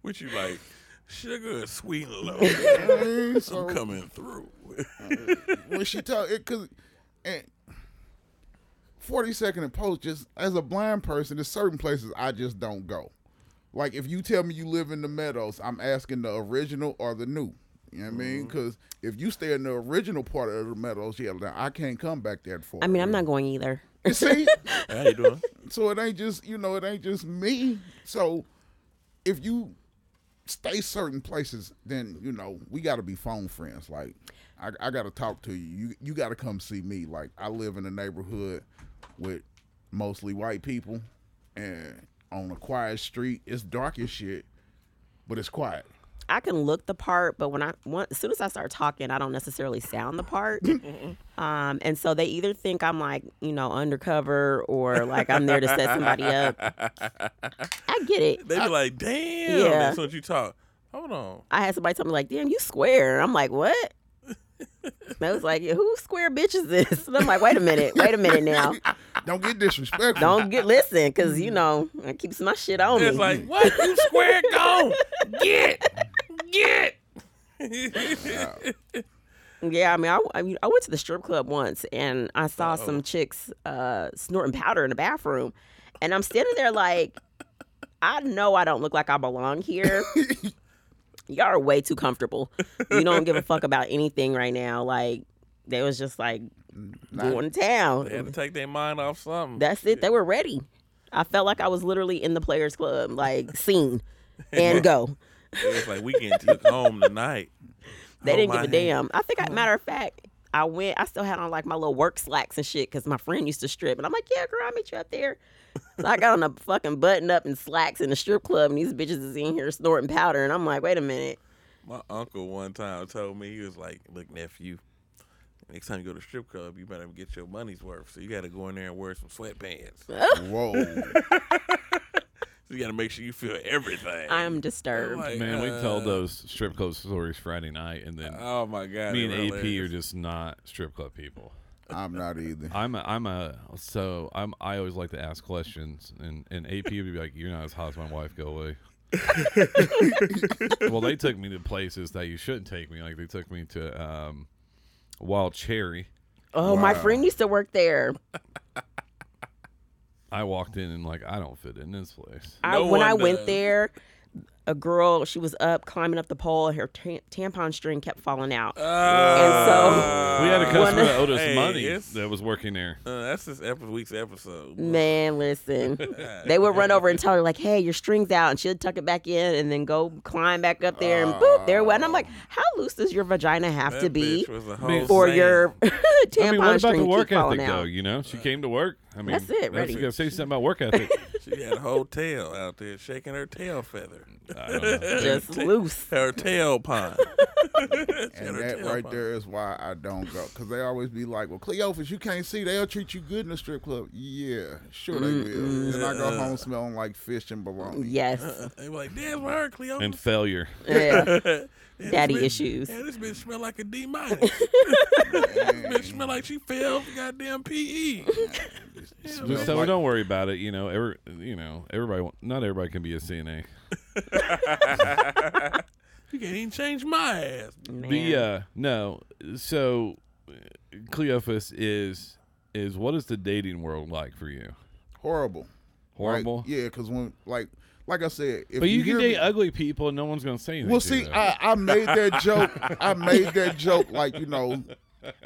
what you like? Sugar or sweet and low?
you know what I mean? so
I'm coming through.
when she told it because and 42nd and post just as a blind person there's certain places i just don't go like if you tell me you live in the meadows i'm asking the original or the new you know what i mean because if you stay in the original part of the meadows yeah then i can't come back there for
I mean, I'm not going either.
it.
[laughs]
see
How you doing?
so it ain't just you know it ain't just me so if you stay certain places then you know we got to be phone friends like i, I got to talk to you you, you got to come see me like i live in a neighborhood with mostly white people and on a quiet street it's dark as shit but it's quiet
I can look the part, but when I want, as soon as I start talking, I don't necessarily sound the part. um, and so they either think I'm like, you know, undercover or like I'm there to set
[laughs]
somebody up. I get
[laughs]
it.
They be like, "Damn,
Yeah.
that's what you talk." Hold on.
I had somebody tell me like, "Damn, you square." I'm like, "What?" And I was like, "Who square bitch is this?" And I'm like, "Wait a minute, wait a minute now.
don't get disrespectful
Don't get listen, cause you know it keeps my shit on me."
Mm. It's like, what? You square gone. Get. Get. [laughs]
yeah, I mean, I, I mean, I went to the strip club once and I saw
Oh.
some chicks uh, snorting powder in the bathroom, and I'm standing there like, I know I don't look like I
[laughs]
belong here. Y'all are way too comfortable. You don't give a fuck about anything right now. Like they was just like going to town.
they had to take their mind off something.
That's it. They were ready. I felt like I was literally in the players club, like
[laughs]
scene and go.
it was like we getting took home tonight.
They
Hold
didn't give
Oh, my Mm.
a damn. I think, I, matter of fact, I went. I still had on like my little work slacks and shit because my friend used to strip, and I'm like, yeah, girl, I'll meet you up there. So
[laughs]
I got on a fucking button up and slacks in the strip club, and these bitches is in here snorting powder, and I'm like, wait a minute.
My uncle one time told me he was like, "Look, nephew, next time you go to strip club, you better get your money's worth. So you got to go in there and wear some
[laughs]
sweatpants. So
whoa
you got to make sure you feel everything."
I'm disturbed.
Like,
Man, we told
uh,
those strip club stories Friday night, and then
Oh my god,
me
they're
and AP are
hilarious.
just not strip club people.
i'm not either
I'm a, I'm a so I'm I always like to ask questions, and and AP would be like, "You're not as hot as my wife.
[laughs]
Go away." well, they took me to places that you shouldn't take me. Like they took me to um, Wild Cherry.
oh, my
Wow.
friend used to work there.
I walked in and like I don't fit in this place.
I,
No
when I
one
went
does.
there, a girl she was up climbing up the pole, and her tam- tampon string kept falling out.
Ah.
we had a customer
Um, One-
that owed us
Uh, Hey,
money
it's-
that was working there.
Uh, that's this epi- week's episode.
Man, listen. they would run over and tell her like, "Hey, your string's out," and she'd tuck it back in, and then go climb back up there and boop, there it went. And I'm like, "How loose does your vagina have
That
to be
bitch was a
mean,
whole
for
saying.
your [laughs] tampon
I mean, what about
string
the
keep
work ethic
falling out?"
though? You know, she came to work. I mean,
That's it, ready.
You gotta say something about work
[laughs]
ethic.
She had a whole tail out there shaking her tail
[laughs]
feather.
I don't know.
Just loose.
Her tail
[laughs]
pine.
And that right there is why I don't go. Because they always be like, well, Cleophas, you can't see. They'll treat you good in a strip club. Yeah, sure they will. And I go home smelling like fish and
[laughs]
bologna.
Yes.
They were like, damn, where her Cleo?
and failure.
Yeah.
Yeah,
daddy
this bitch-
issues.
Yeah, this bitch smell like a D
[laughs]
minus. this bitch smell like she failed goddamn E. PE.
Smells
Just so
like-
don't worry about it. You know, every you know everybody. wa- Not everybody can be a CNA.
You can't even change my ass.
Man.
The uh, no, so uh, Cleophas is is what is the dating world like for you?
Horrible. Like,
Horrible.
yeah, because when like like I said, if
but you, can
hear
date
me-
ugly people and no one's gonna say anything.
Well,
to
see,
them.
I, I made that
[laughs]
joke. I made that joke like you know,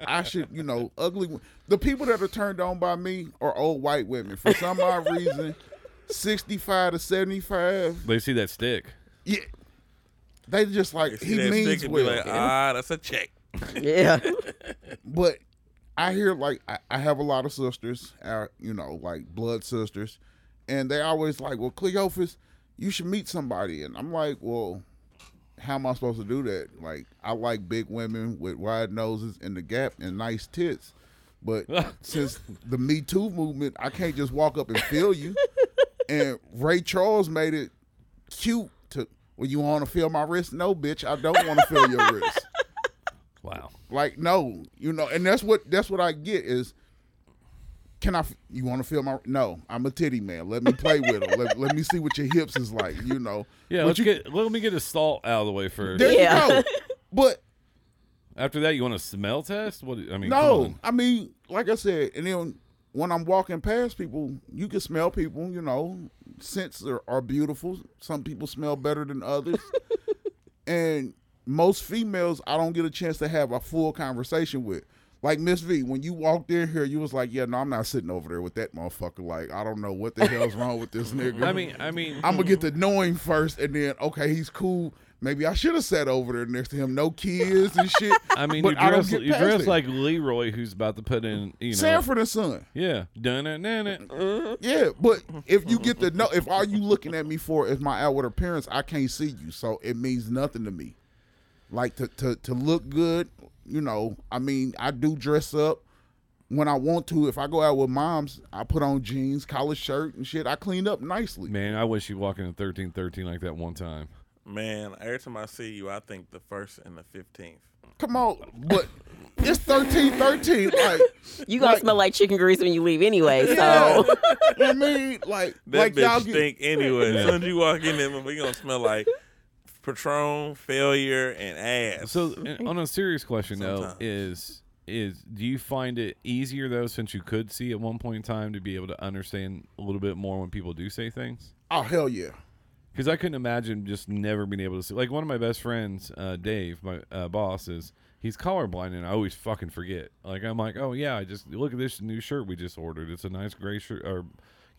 I should you know, ugly. wo- The people that are turned on by me are old white women for some odd reason. Sixty-five to seventy-five,
they see that stick.
yeah. They just like he
That stick
means
and
well,
Be like, ah, that's a check.
Yeah.
but I hear like I, I have a lot of sisters, uh, you know, like blood sisters, and they always like, well, Cleophas, you should meet somebody, and I'm like, well, how am I supposed to do that? Like, I like big women with wide noses and the gap and nice tits, but since the Me Too movement, I can't just walk up and feel you. and Ray Charles made it cute to. Well, you want to feel my wrist? No, bitch, I don't want to feel your wrist
Wow.
like no you know and that's what that's what i get is can i f- you want to feel my no i'm a titty man let me play with them let, let me see what your hips is like you know
Yeah,
but
let's
you,
get let me get a salt out of the way first.
there
Yeah.
you go but
After that, you want a smell test? What do- I mean,
no
come
i mean like i said and then when i'm walking past people you can smell people you know scents are, are beautiful some people smell better
[laughs]
than others and most females I don't get a chance to have a full conversation with. Like Miss V, when you walked in here, you was like, "Yeah, no, I'm not sitting over there with that motherfucker. Like, I don't know what the hell's wrong
[laughs]
with this nigga.
on. I
[laughs]
mean, I mean,
I'm gonna get to know him first, and then okay, he's cool. Maybe I should have sat over there next to him. No kids and shit.
I mean, you
but I don't
dress
get
you
past
dress
it.
like Leroy, who's about to put in, [laughs] you know,
Sanford and Son.
yeah, done it, done it.
Yeah, but if you get to know, if all you looking at me for is my outward appearance, I can't see you, so it means nothing to me. Like to to to look good, you know. I mean, I do dress up when I want to. If I go out with moms, I put on jeans, collar shirt, and shit. I clean up nicely.
Man, I wish you walk into thirteen thirteen like that one time.
Man, every time I see you, I think the first and the fifteenth.
Come on, but it's thirteen thirteen. Like
You gonna
Like-
smell like chicken grease when you leave anyway. So
yeah, I mean, like
That
like y'all
bitch
get [laughs]
stink anyway. As soon as you walk in there, we gonna smell like Patron, failure, and ass.
So, and on a serious question though,
Sometimes.
is is do you find it easier though, since you could see at one point in time, to be able to understand a little bit more when people do say things?
oh hell yeah.
because I couldn't imagine just never being able to see. Like one of my best friends, uh, Dave, my uh, boss, is he's colorblind, and I always fucking forget. Like I'm like, oh yeah, I just look at this new shirt we just ordered. It's a nice gray shirt or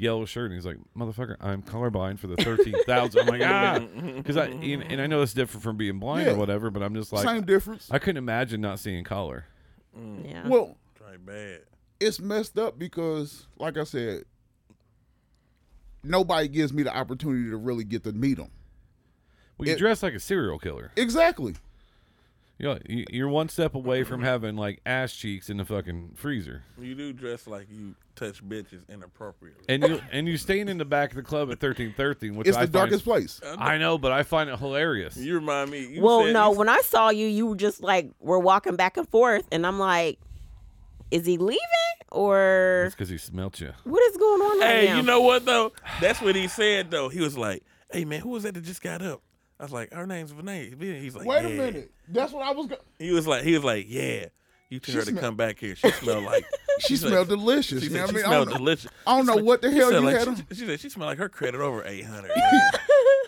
yellow shirt, and he's like, motherfucker, I'm colorblind for the thirteen thousand. I'm like, ah, because I and, and I know it's different from being blind
Yeah.
or whatever, but I'm just like,
Same difference.
I couldn't imagine not seeing color.
yeah.
well,
Right, bad.
it's messed up because, like I said, nobody gives me the opportunity to really get to meet them.
Well, you
It-
dress like a serial killer.
Exactly.
You're, like- you- you're one step away from having like ass cheeks in the fucking freezer.
You do dress like you touch bitches inappropriately.
and you and you staying in the back of the club at thirteen thirteen, which
It's
I
the darkest
find,
place.
Uh,
I know, but I find it hilarious.
You remind me. You
well,
said-
no,
you
when I saw you, you were just like were walking back and forth and I'm like, is he leaving? Or
it's because he smelt you.
what is going on right
Hey,
now?
you know what though? That's what he said though. He was like, "Hey man, who was that that just got up?" I was like, "Her name's Vinay." He's like,
Wait a
"Yeah."
minute. That's what I was. Go-
He was like, "He was like, yeah." You tell
She
her to
smell-
come back here. She smelled like
[laughs] she
she's like-
smelled delicious.
She
you
said
know what I
she
mean? I
smelled
don't know.
delicious.
I don't know what the hell
She said,
you
like,
had
she-
on.
She said she smelled like her credit over eight
[laughs]
hundred.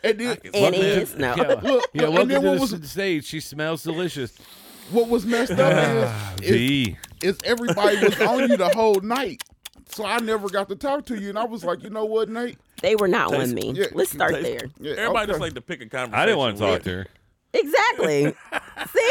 And then,
and
What the-
is no.
Yeah,
look,
yeah.
and
Welcome
then
to
what
the
was-
s- stage. She smells delicious.
what was messed
Ah,
up is, is,
B.
is everybody was on you the whole night. So I never got to talk to you, and I was like, you know what, Nate?
They were not on me.
yeah,
Let's start
taste-
there.
Yeah,
Everybody just
okay.
like to pick a conversation.
I didn't want to talk
with.
to her.
[laughs]
Exactly. See?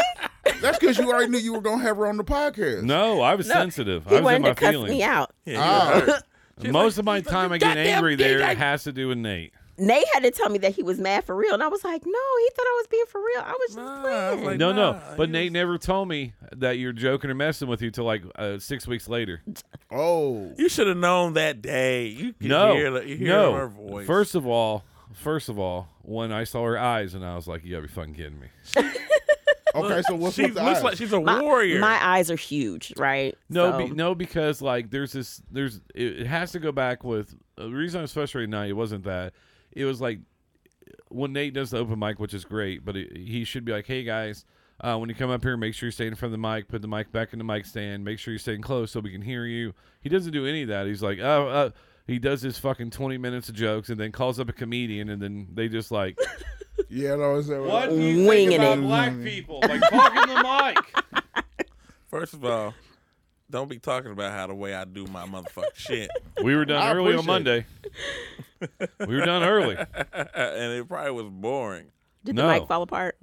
that's because you already knew you were gonna have her on the podcast.
No, I was
No,
sensitive.
He
I was in
wanted
my
to cuss
feelings.
me out.
Yeah, you were
Ah.
hurt. She's
Most
like,
of my
she's like,
time,
"You
I get
goddamn
angry there.
bitch, I-
It has to do with Nate.
Nate had to tell me that he was mad for real, and I was like, "No, he thought I was being for real. I was just
Nah, I was
playing."
like-
No, no.
nah,
But
he
Nate
was-
never told me that you're joking or messing with you till like uh, six weeks later.
Oh,
You should have known that day. You could
no,
hear, the- you hear
no.
her voice.
First of all, first of all, when I saw her eyes, and I was like, "You gotta be fucking kidding me."
okay. So what's
she looks
with the eyes?
like she's a
my,
warrior.
my eyes are huge, right?
No,
So-
be, no, because like there's this, there's it, it has to go back with uh, the reason I was frustrated. Now it wasn't that it was like when Nate does the open mic, which is great, but it, he should be like, "Hey guys, Uh, when you come up here, make sure you stay in front of the mic. Put the mic back in the mic stand. Make sure you're staying close so we can hear you. He doesn't do any of that. He's like, oh, uh, he does his fucking 20 minutes of jokes and then calls up a comedian and then they just like,
Yeah, no, it's that
what do
way.
you think
Winging
about
it.
black people? Like, talking the mic.
First of all, don't be talking about how the way I do my motherfucking shit. [laughs]
We were done
I
early on
appreciate
Monday. we were done early.
and it probably was boring.
Did
No.
the mic fall apart?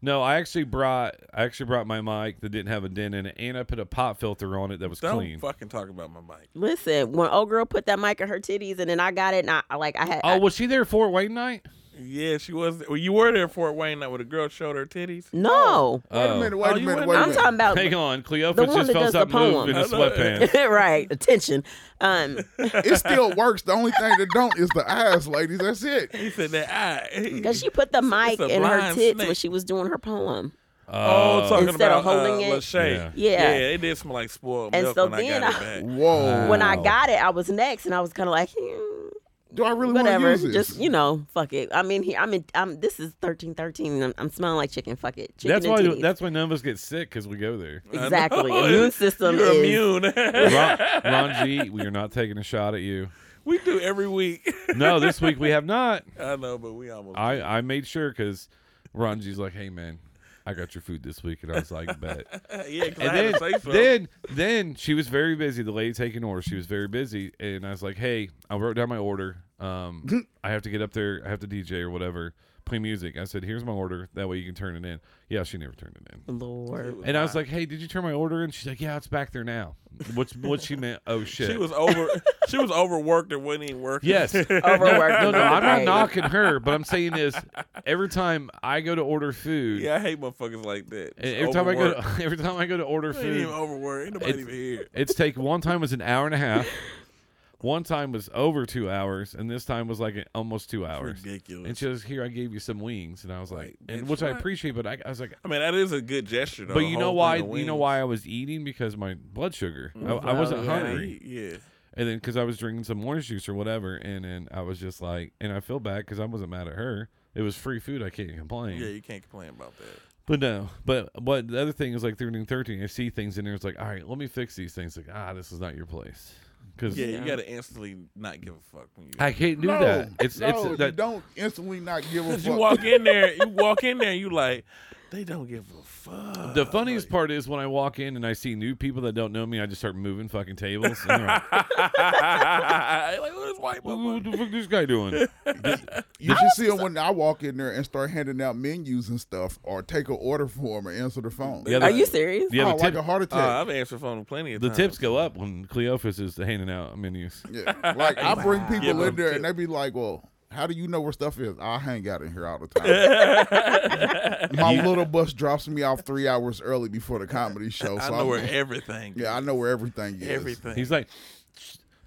No, I actually brought I actually brought my mic that didn't have a dent in it, and I put a pop filter on it that was
Don't
clean.
fucking talk about my mic.
Listen, when old girl put that mic in her titties, and then I got it, and I like I had.
Oh, was she there for Wayne night?
Yeah, she was. Well, you were there for it, Wayne, that where the girl showed her titties.
no,
Wait a minute, wait
Oh,
a
you
minute,
went-
wait a
I'm
minute.
talking [laughs] about
Hang on,
the
Cleophas
one
just
that
fell
does the
stop moved
poem.
in his
I know.
sweatpants.
[laughs] right attention. Um,
It still works. The only thing that don't is the eyes, ladies. That's it.
He said that I.
because she put the
it's
mic
a
in her
blind
tits
snake.
when she was doing her poem.
Oh,
Uh,
talking
Instead
about
of holding
uh,
it?
Lachey.
Yeah.
Yeah.
yeah, it did smell like spoiled
And
milk
so
when I
then
got
[laughs] I-
it back.
Whoa.
When I
Wow.
got it, I was next, and I was kind of like, hmm,
do I really want to
whatever.
use this?
Just you know, fuck it. I'm in here. I'm in. I'm. This is thirteen thirteen. I'm, I'm smelling like chicken. Fuck it. Chicken
that's
and
why
titties.
that's why none of us get sick because we go there.
I know.
exactly
[laughs]
[laughs]
immune system
You're
is [laughs]
immune. [laughs]
Ron, Ron G, we are not taking a shot at you.
we do every week. [laughs]
No, this week we have not.
I know, but we almost.
I I made sure because Ron G's like, hey man, I got your food this week, and I was like, bet.
[laughs] yeah, 'cause I had
and
to
then,
say so.
then then she was very busy. The lady taking orders, she was very busy, and I was like, "Hey, I wrote down my order.
[laughs]
Um, I have to get up there. I have to DJ or whatever, play music." I said, "Here's my order. That way you can turn it in." Yeah, she never turned it in.
Lord.
And I was like, "Hey, did you turn my order in?" She's like, "Yeah, it's back there now." What's what she meant? Oh shit.
she was over. she was overworked and wouldn't even work. [laughs]
Yes. [laughs]
Overworked.
No, no, I'm not
Right.
knocking her, but I'm saying is every time I go to order food,
Yeah, I hate motherfuckers like that.
and every time I go to, [laughs] every time I go to
[laughs]
order
They ain't
food,
even overworked. Ain't nobody
It's-
even here.
It's take one time was an hour and a half. One time was over two hours, and this time was like almost two hours.
Ridiculous.
And she was here. I gave you some wings, and I was like,
Like,
and
bitch,
which I
what?
appreciate, but I, I was like,
I mean, that is a good gesture, though.
but
the
you
whole
know
thing
why?
of
You know
wings.
why I was eating because my blood sugar. I, I
Oh,
wasn't
yeah.
hungry,
Yeah.
and then because I was drinking some orange juice or whatever, and then I was just like, and I feel bad because I wasn't mad at her. It was free food. I can't complain.
Yeah, you can't complain about that.
But no, but but the other thing is like thirteen, thirteen. I see things in there. It's like, all right, let me fix these things. Like, ah, this is not your place. Because
Yeah,
Yeah.
you got to instantly not give a fuck when you.
I can't do
no,
that. It's
no,
it's
you
that.
don't instantly not give
[laughs]
a
Cause you
fuck.
walk in there, you walk in there, you like, they don't give a fuck.
The funniest part is when I walk in and I see new people that don't know me, I just start moving fucking tables. And they're like, [laughs]
[laughs] like what is white
"What-
motherfucker?
what the fuck this guy doing?
You should see them when I walk in there and start handing out menus and stuff, or take an order for them or answer the phone.
Yeah,
Are
the-
you serious?
Yeah,
oh,
the,
like
tip,
a heart
Uh,
attack.
I've answered phone plenty of
the
times.
tips go up when Cleophas is handing out menus.
[laughs]
yeah, like I bring people
Yeah,
in there
but-
and they be like, "Well, how do you know where stuff is?" I hang out in
[laughs]
here all the time. My little bus drops me off three hours early before
[laughs]
the comedy show.
I
So
know
I'm-
where everything.
yeah, I know where everything is.
everything. [laughs]
He's like,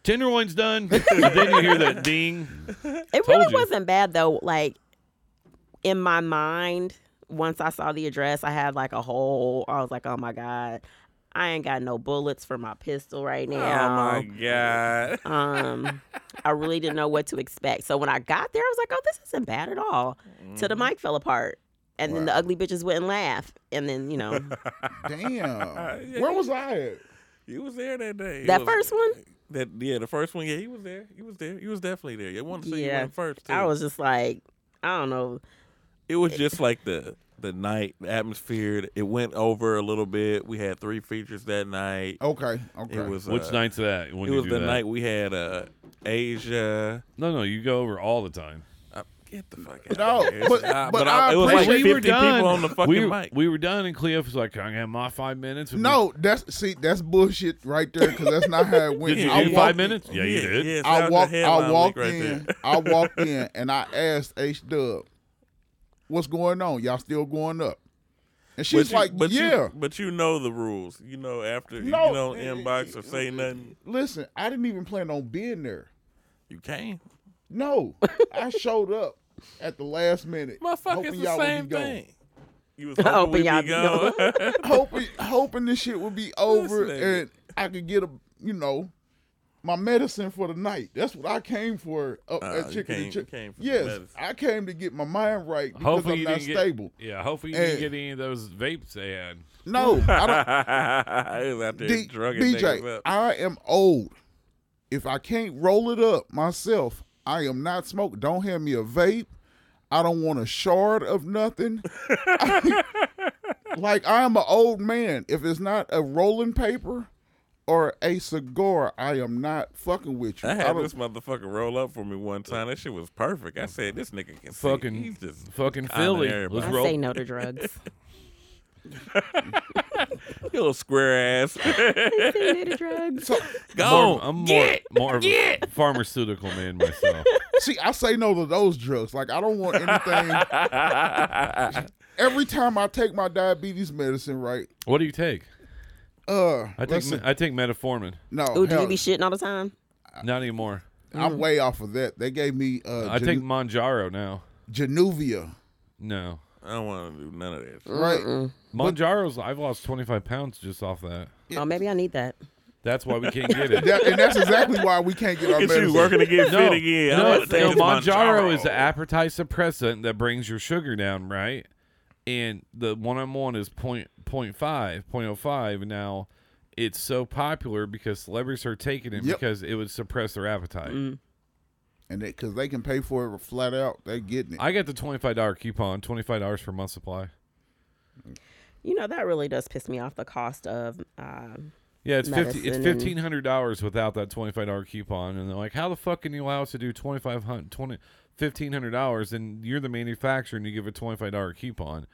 tenderloin's done. and then you hear that ding.
It
Told
really
you.
wasn't bad though. Like in my mind, once I saw the address, I had like a whole. I was like, oh my god, I ain't got no bullets for my pistol right
oh
now.
my god.
Um, I really didn't know what to expect. So when I got there, I was like, oh, this isn't bad at all. Till the mic fell apart. And then the
Wow.
ugly bitches wouldn't laugh. And then, [laughs] you know,
Damn, where was I at?
He was there that day. He
that
was-
first one,
That yeah, the first one. Yeah, he was there. He was there. He was definitely there. They wanted to see
Yeah.
you win first. Too.
I was just like, I don't know.
It was just like the the night the atmosphere. It went over a little bit. We had three features that night.
Okay, okay.
It was
Which
uh,
night's that? When
It
you
was
do
the
that?
night we had uh Asia.
No, no, you go over all the time.
Uh, get the fuck out.
No,
of here.
but-
Uh,
but
I-
I
it was like
appreciate-
fifty people on the fucking
we,
mic.
we were done, and Cleo was like, "Can I have my five minutes?" And
No, that's see, that's bullshit right there because that's not how it
we-
went.
did you
I
do
walked-
five minutes? Yeah, you did.
yeah, shout out
I
to
walked. I
Headline
walked
Week right
in.
there. [laughs]
I walked in and I asked H Dub, "What's going on? Y'all still going up?" And
but
she's
you,
like,
but
"Yeah."
you, but you know the rules. You know after you
No.
don't inbox or say nothing,
Listen, I didn't even plan on being there.
you can't. [laughs]
No, I showed up at the last minute,
Motherfucker,
hoping
it's
y'all
the same
would be gone.
thing. [laughs] You
[laughs]
was
Hoping
hoping we'd
y'all
be
be
gone.
hoping, hoping this shit would be over
This nigga.
and I could get a, you know, my medicine for the night. That's what I came for up
Uh,
at
you
Chicken
came-
and
you
Chip.
came for the
yes,
medicine.
I came to get my mind right because
Hopefully
I'm
you
not
didn't get-
stable.
yeah, hopefully you didn't
And-
get any of those vapes they had.
No,
[laughs]
I
[laughs]
don't.
I was out there
D-
drugging niggas
DJ,
up.
I am old. If I can't roll it up myself, I am not smoking. Don't hand me a vape. I don't want a shard
[laughs]
of nothing. like I am an old man. If it's not a rolling paper or a cigar, I am not fucking with you.
I
I
had
don't-
this motherfucker roll up for me one time. That shit was perfect. I said, this nigga can see.
Fucking-
He's just
Fucking
Common
Philly.
area,
Let's
I
roll.
say no to [laughs] drugs.
you little square ass. [laughs]
I say no to drugs.
So-
Go.
More- I'm more, more of a pharmaceutical man myself.
[laughs]
see, I say no to those drugs. Like I don't
[laughs]
want anything. Every time I take my diabetes medicine, right?
What do you take?
Uh,
I take
listen,
me- I take metformin.
no.
Ooh, do
hell-
you be shitting all the time?
Not anymore.
I'm way off of that. They gave me uh,
I take
Gen-
Monjaro now.
Genuvia,
No.
I don't want to do none of that. shit.
right?
Monjaro's I've lost 25 pounds just off that.
Oh, maybe I need that.
That's why we can't
[laughs]
get it.
That- and that's exactly why we
[laughs]
can't get our
Look at
medicine.
you working to get
no,
fit again.
no,
I
no,
wanna take this
Monjaro is the
Monjaro.
appetite suppressant that brings your sugar down, right? And the one I'm on is point point five, point oh five. Now, it's so popular because celebrities are taking it
Yep.
because it would suppress their appetite.
and because they can pay for it flat out, they're getting it.
I got the twenty five dollar coupon, twenty five dollars for month supply.
You know that really does piss me off. The cost of um,
Yeah, it's fifty. It's
Medicine and-
fifteen hundred dollars without that twenty five dollar coupon, and they're like, "How the fuck can you allow us to do twenty five hundred twenty fifteen hundred dollars?" And you're the manufacturer, and you give a twenty five dollar coupon.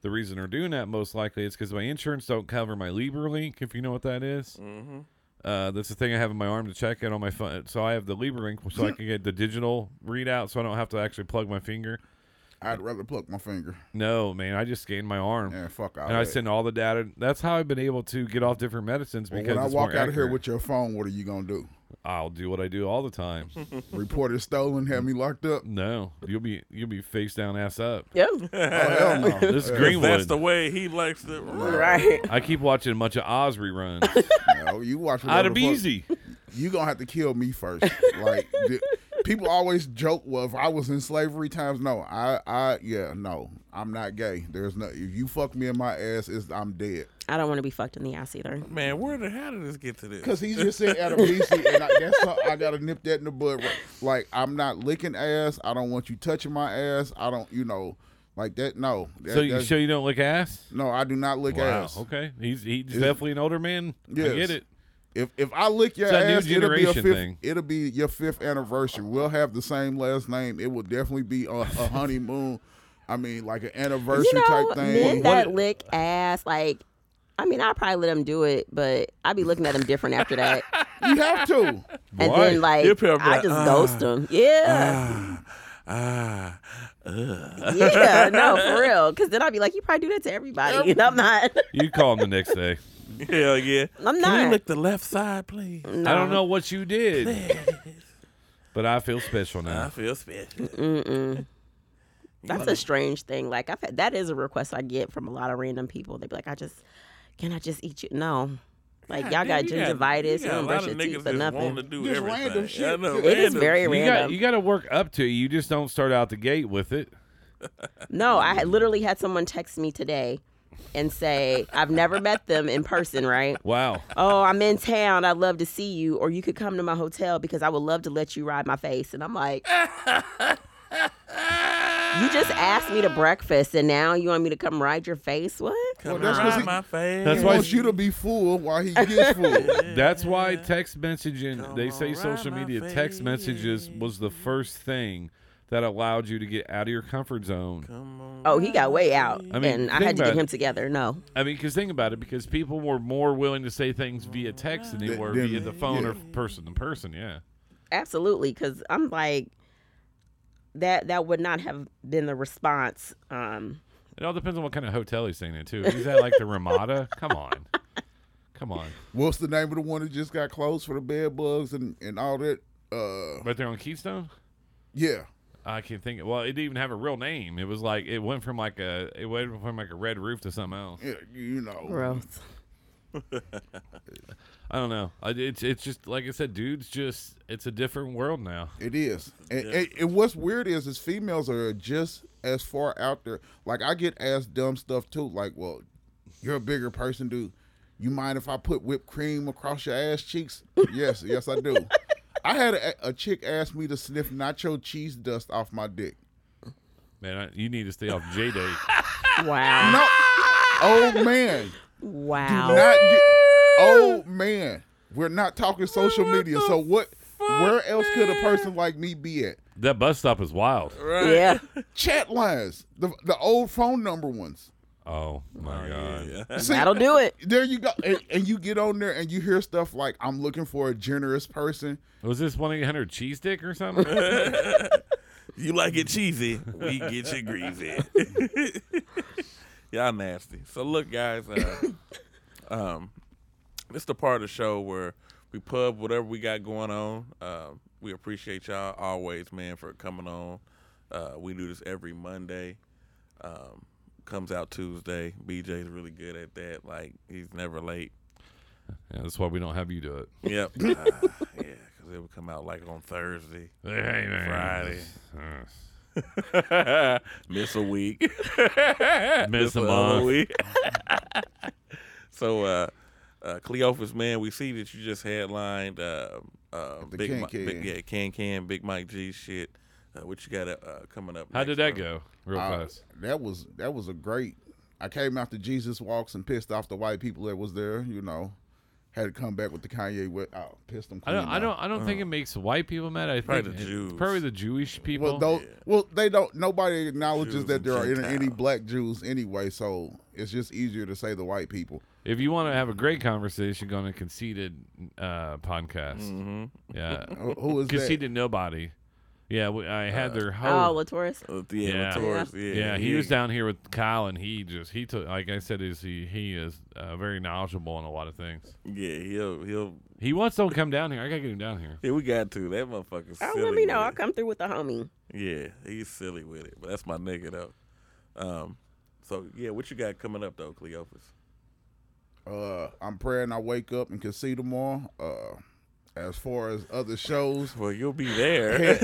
The reason they're doing that most likely is because my insurance don't cover my Libra Link, if you know what that is.
Mm-hmm.
Uh, that's the thing I have in my arm to check it on my phone. So I have the Libra Link, so I can get the digital readout, so I don't have to actually plug my finger.
I'd rather pluck my finger
No, man, I just scanned my arm.
and fuck out.
And I send all the data. That's how I've been able to get off different medicines because
when I
it's
walk
more
out of here
accurate.
with your phone, what are you gonna do?
I'll do what I do all the time.
[laughs]
Report it stolen, have me
[laughs]
locked up?
no, you'll be you'll be face down, ass up.
yeah,
Oh, hell no.
This is
That's
Greenwood.
the way he likes to.
[laughs] right.
I keep watching a bunch of
[laughs]
Oz reruns.
no you watch whatever
I'd
the
be
fuck-
easy.
You gonna have to kill me first. like the- people always joke, well, if I was in slavery times, no, I, I, yeah, no, I'm not gay. There's no. If you fuck me in my ass, is I'm dead.
I don't want to be fucked in the ass either.
Man, where the how did this get to this?
Cause he just said out of BC, and I, that's how I gotta nip that in the bud. right? Like I'm not licking ass. I don't want you touching my ass. I don't, you know, like that. No, That-
So you
that's-
sure you don't lick ass?
no, I do not lick ass.
Okay. He's he's definitely an older man. I
Yes.
get it.
If if I lick your
It's that new
ass, it'll be a
generation
fifth.
thing.
It'll be your fifth anniversary. We'll have the same last name. It will definitely be a, a honeymoon. I mean, like an anniversary
You know,
type
men
thing.
that lick ass, like, I mean, I'll probably let them do it, but I'd be looking at them different after
[laughs]
that.
you have to.
And
Why?
then, like,
You're probably
I
like,
just
ah,
ghost them. Yeah.
ah, [laughs]
yeah. No, for real. Because then I'd be like, you probably do that to everybody. [laughs] And I'm not.
You call him the
[laughs]
next day.
hell yeah.
I'm
Can you
not.
lick the left side, please?
I don't know what
[laughs]
you did. But I feel special
I
now.
feel special.
[laughs] That's a strange thing. Like, I've had, that is a request I get from a lot of random people. They'd be like, I just, can I just eat you? No. Like,
God
y'all got
damn, you
gingivitis.
you
You,
got
don't
a
brush
lot
your
of
teeth
niggas
for
just wanting
nothing.
to do
Just
everything.
random
I
shit.
know,
It is
random
very
shit.
You
random.
got you got to work up to it. You just don't start out the gate with it.
No, I had literally had someone text me today and say, I've never met them in person, right?
Wow.
Oh, I'm in town. I'd love to see you, or you could come to my hotel because I would love to let you ride my face. And I'm like, you just asked me to breakfast, and now you want me to come ride your face? What?
Come
Well, that's 'cause
around
he-
my face.
He
That's why-
wants you to be full while he gets
[laughs]
full.
That's why text messaging, they say
on,
social
ride my
media text messages was the first thing that allowed you to get out of your comfort zone.
Oh, he got way out,
I mean,
and I
think
had to
about
get
it.
him together. No,
I mean, because think about it, because people were more willing to say things via text than they
Th-
were
then-
via the phone
yeah.
or person to person. Yeah.
absolutely, because I'm like, that that would not have been the response. Um,
It all depends on what kind of hotel he's staying in, too. If he's at like the Ramada, come on. Come on.
What's the name of the one that just got closed for the bed bugs and, and all that? Uh,
Right there on Keystone?
yeah.
I can't think. Well, it didn't even have a real name. It was like, it went from like a, it went from like a red roof to something else.
yeah, you know.
gross.
I don't know. I, it's it's just like I said, dudes. Just it's a different world now.
It is. And, and, and what's weird is, is females are just as far out there. Like I get asked dumb stuff too. Like, well, you're a bigger person, dude. You mind if I put whipped cream across your ass cheeks? yes, yes, I do. I had a, a chick ask me to sniff nacho cheese dust off my dick.
Man, I, you need to stay off J date.
Wow.
No, old man,
Wow.
do not get. Old man, we're not talking social media. So what? Where else could a person like me be at?
that bus stop is wild.
[laughs] yeah.
Chat lines, the the old phone number ones.
Oh my god.
See,
That'll do it.
there you go. And, and you get on there and you hear stuff like, I'm looking for a generous person.
Was this one eight hundred cheese dick or something?
You like it cheesy, we get you greasy. [laughs] Y'all nasty. So look, guys, uh, [coughs] um, this the part of the show where we pub whatever we got going on. Uh, we appreciate y'all always, man, for coming on. Uh, we do this every Monday. Um, comes out Tuesday. BJ's really good at that. Like he's never late.
yeah, that's why we don't have you do it.
Yep. Ah, yeah, because it would come out like on Thursday.
Friday.
[laughs] Miss a
[laughs]
week.
Miss a
Miss another
month.
week. [laughs] so, uh, uh, Cleophas, man, we see that you just headlined uh, uh,
The
Big,
Can
Mi-
Can.
Big- yeah, Can Can, Big Mike G shit. Uh, what you got uh, uh, coming up?
[laughs] How
next,
did that
brother?
go? Real
Uh,
fast.
that was that was a great. I came after Jesus walks and pissed off the white people that was there. You know, had to come back with the Kanye. West, oh, pissed them.
I don't.
clean
I
off.
don't. I don't think it makes white people mad. I
Probably
think
the
it's
Jews.
probably the Jewish people.
Well, though, well, they don't. Nobody acknowledges
Jews
that
and
there are any, any
Gentiles.
black Jews anyway. So it's just easier to say the white people.
If you want to have a great conversation, go on a conceited uh, podcast.
Mm. Mm-hmm.
Yeah,
Who- Who is that?
conceited nobody. Yeah, we, I had their
Oh,
host.
Latourus.
Uh, yeah,
Yeah.
Latour's, yeah,
yeah, he, was down here with Kyle, and he just he took like I said, is he he is uh, very knowledgeable on a lot of things.
Yeah, he'll he'll.
He wants to come down here. I gotta get him down here.
[laughs] Yeah, we got to that motherfucker.
Oh, let me know. I'll come through with the homie.
Yeah, he's silly with it, but that's my nigga though. Um, so yeah, what you got coming up though, Cleophas?
Uh, I'm praying I wake up and can see tomorrow. Uh, as far as other shows,
Well, you'll be
[laughs]
there.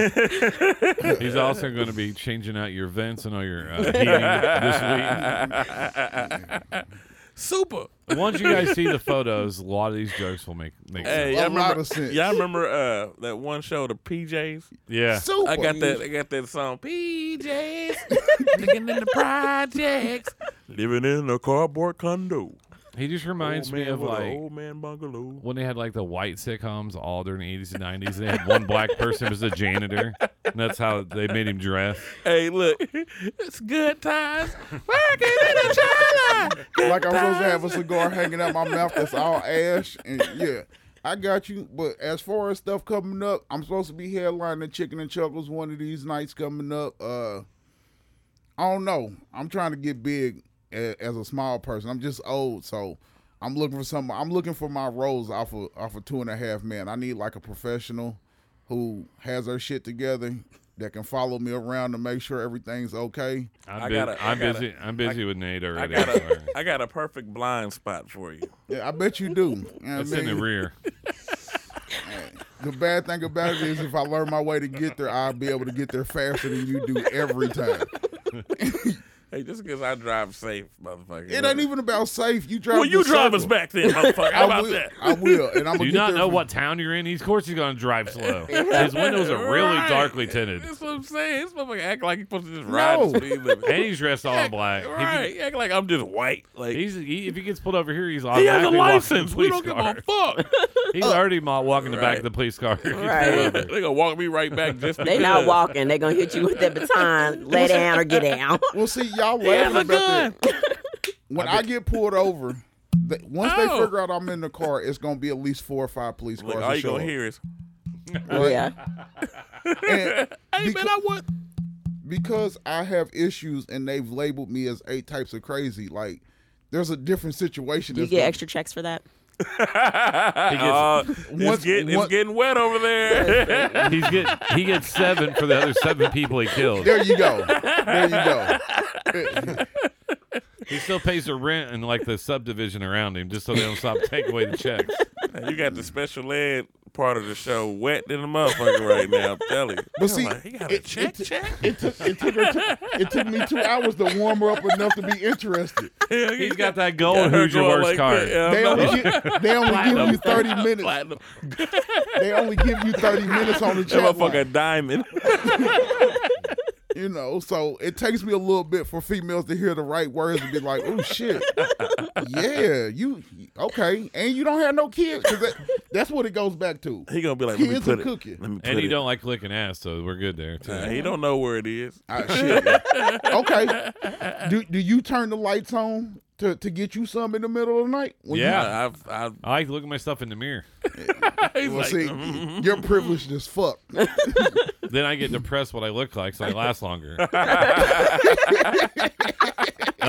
He's also going to be changing out your vents and all
[laughs]
your uh, heating
Super.
this week. Once you guys see the photos, a lot of these jokes will make make
Hey,
sense.
y'all
a lot
remember,
of sense.
y'all remember uh, that one show, the PJs?
Yeah,
Super.
I got that.
You-
I got that song, PJs,
[laughs]
living in the projects, living in a cardboard condo.
he just reminds
Old
me
man
of
with a
like
old man bungalow.
when they had like the white sitcoms all during the 80s and 90s they had one black person who was a janitor and that's how they made him dress
Hey, look, [laughs] it's good
[laughs]
times working in China.
like I'm supposed to have a cigar hanging out my mouth that's all ash. And yeah, I got you. But as far as stuff coming up, I'm supposed to be headlining Chicken and Chuckles one of these nights coming up. Uh, I don't know. I'm trying to get big a- as a small person. I'm just old, so I'm looking for some. I'm looking for my roles off of off of two and a half man. I need like a professional who has her shit together that can follow me around to make sure everything's okay.
i'm,
I
bu-
gotta- I
I'm
gotta-
busy i'm busy with nate
I
already
got a,
Sorry.
I got a perfect blind spot for you.
Yeah, I bet you do. You know what I
it's in the
mean?
rear
The bad thing about it is if I learn my way to get there, I'll be able to get there faster than you do every time.
Hey, just because I drive safe, motherfucker.
It ain't even about safe. You drive.
Well, you
the
drive
circle.
us back then, motherfucker. How
[laughs] I
about
will.
that?
I will, and
[laughs]
I'm
do
gonna
you
get
not
there
know
from-
what town you're in of course he's gonna drive slow
[laughs]
his windows are really
Right.
darkly tinted
That's what I'm saying. This motherfucker act like he's supposed to just ride the
No.
speed limit.
[laughs] and he's dressed all in black If you-
Right. He act like I'm just white. Like
He's, he, if he gets pulled over here, he's
he has a
automatically walking
license.
the
We
police
don't give
car.
a fuck.
[laughs]
[laughs]
He's already ma- walking the back
Right.
of the police car.
Right.
they gonna walk me right back just
They
because.
not walking. They gonna hit you with that baton. Lay down or get down.
Well, see, y'all
He has
laughing
a
about that.
gun. [laughs]
When I, get pulled over, th- once
Oh.
they figure out I'm in the car, it's gonna be at least four or five police cars.
Look, all
that
you
show
gonna
up.
hear is,
Oh, Yeah.
And
"Hey man,
because-
I
[laughs]
want."
because I have issues and they've labeled me as eight types of crazy. Like, there's a different situation.
Do you
that's
get
gonna-
extra checks for that?
[laughs] Uh, it's,
Once-
getting, it's
once-
getting wet over there. [laughs]
[laughs] He's get he gets seven for the other seven people he
[laughs]
killed.
There you go. There you go.
He still pays the rent and like the subdivision around him just so they don't stop taking away
[laughs]
the checks.
You got the special ed part of the show wet in the motherfucker right now. I'm telling you.
But
I'm
see,
like, he got a
it-
check,
it-
check.
It took, it, took her two- it took me two hours to warm her up enough to be interested.
Hell,
He's
you [laughs]
got
got
that
her
gold who's your
going
worst
like that.
card.
Yeah, I
They
know.
only, give, they only give you 30 minutes.
Platinum.
They only give you 30 minutes on the
That
chat line.
motherfucker diamond.
you know so it takes me a little bit for females to hear the right words and be like oh shit yeah you okay and you don't have no kids 'cause that, that's what it goes
[laughs]
back to
He gonna be like, let me
Kids
put
are
it.
cooking.
Let me put
And
it.
he don't like licking ass, so we're good there too.
Uh, he don't know where it is.
Ah, shit. okay do, do you turn the lights on to, to get you some in the middle of the night When you-
Yeah.
I've, I've,
I like looking at myself in the mirror.
[laughs] he's
well,
like, "Mm, mm-hmm.
see, you're privileged as fuck.
Then I get depressed what I look like, so I
[laughs]
last longer. And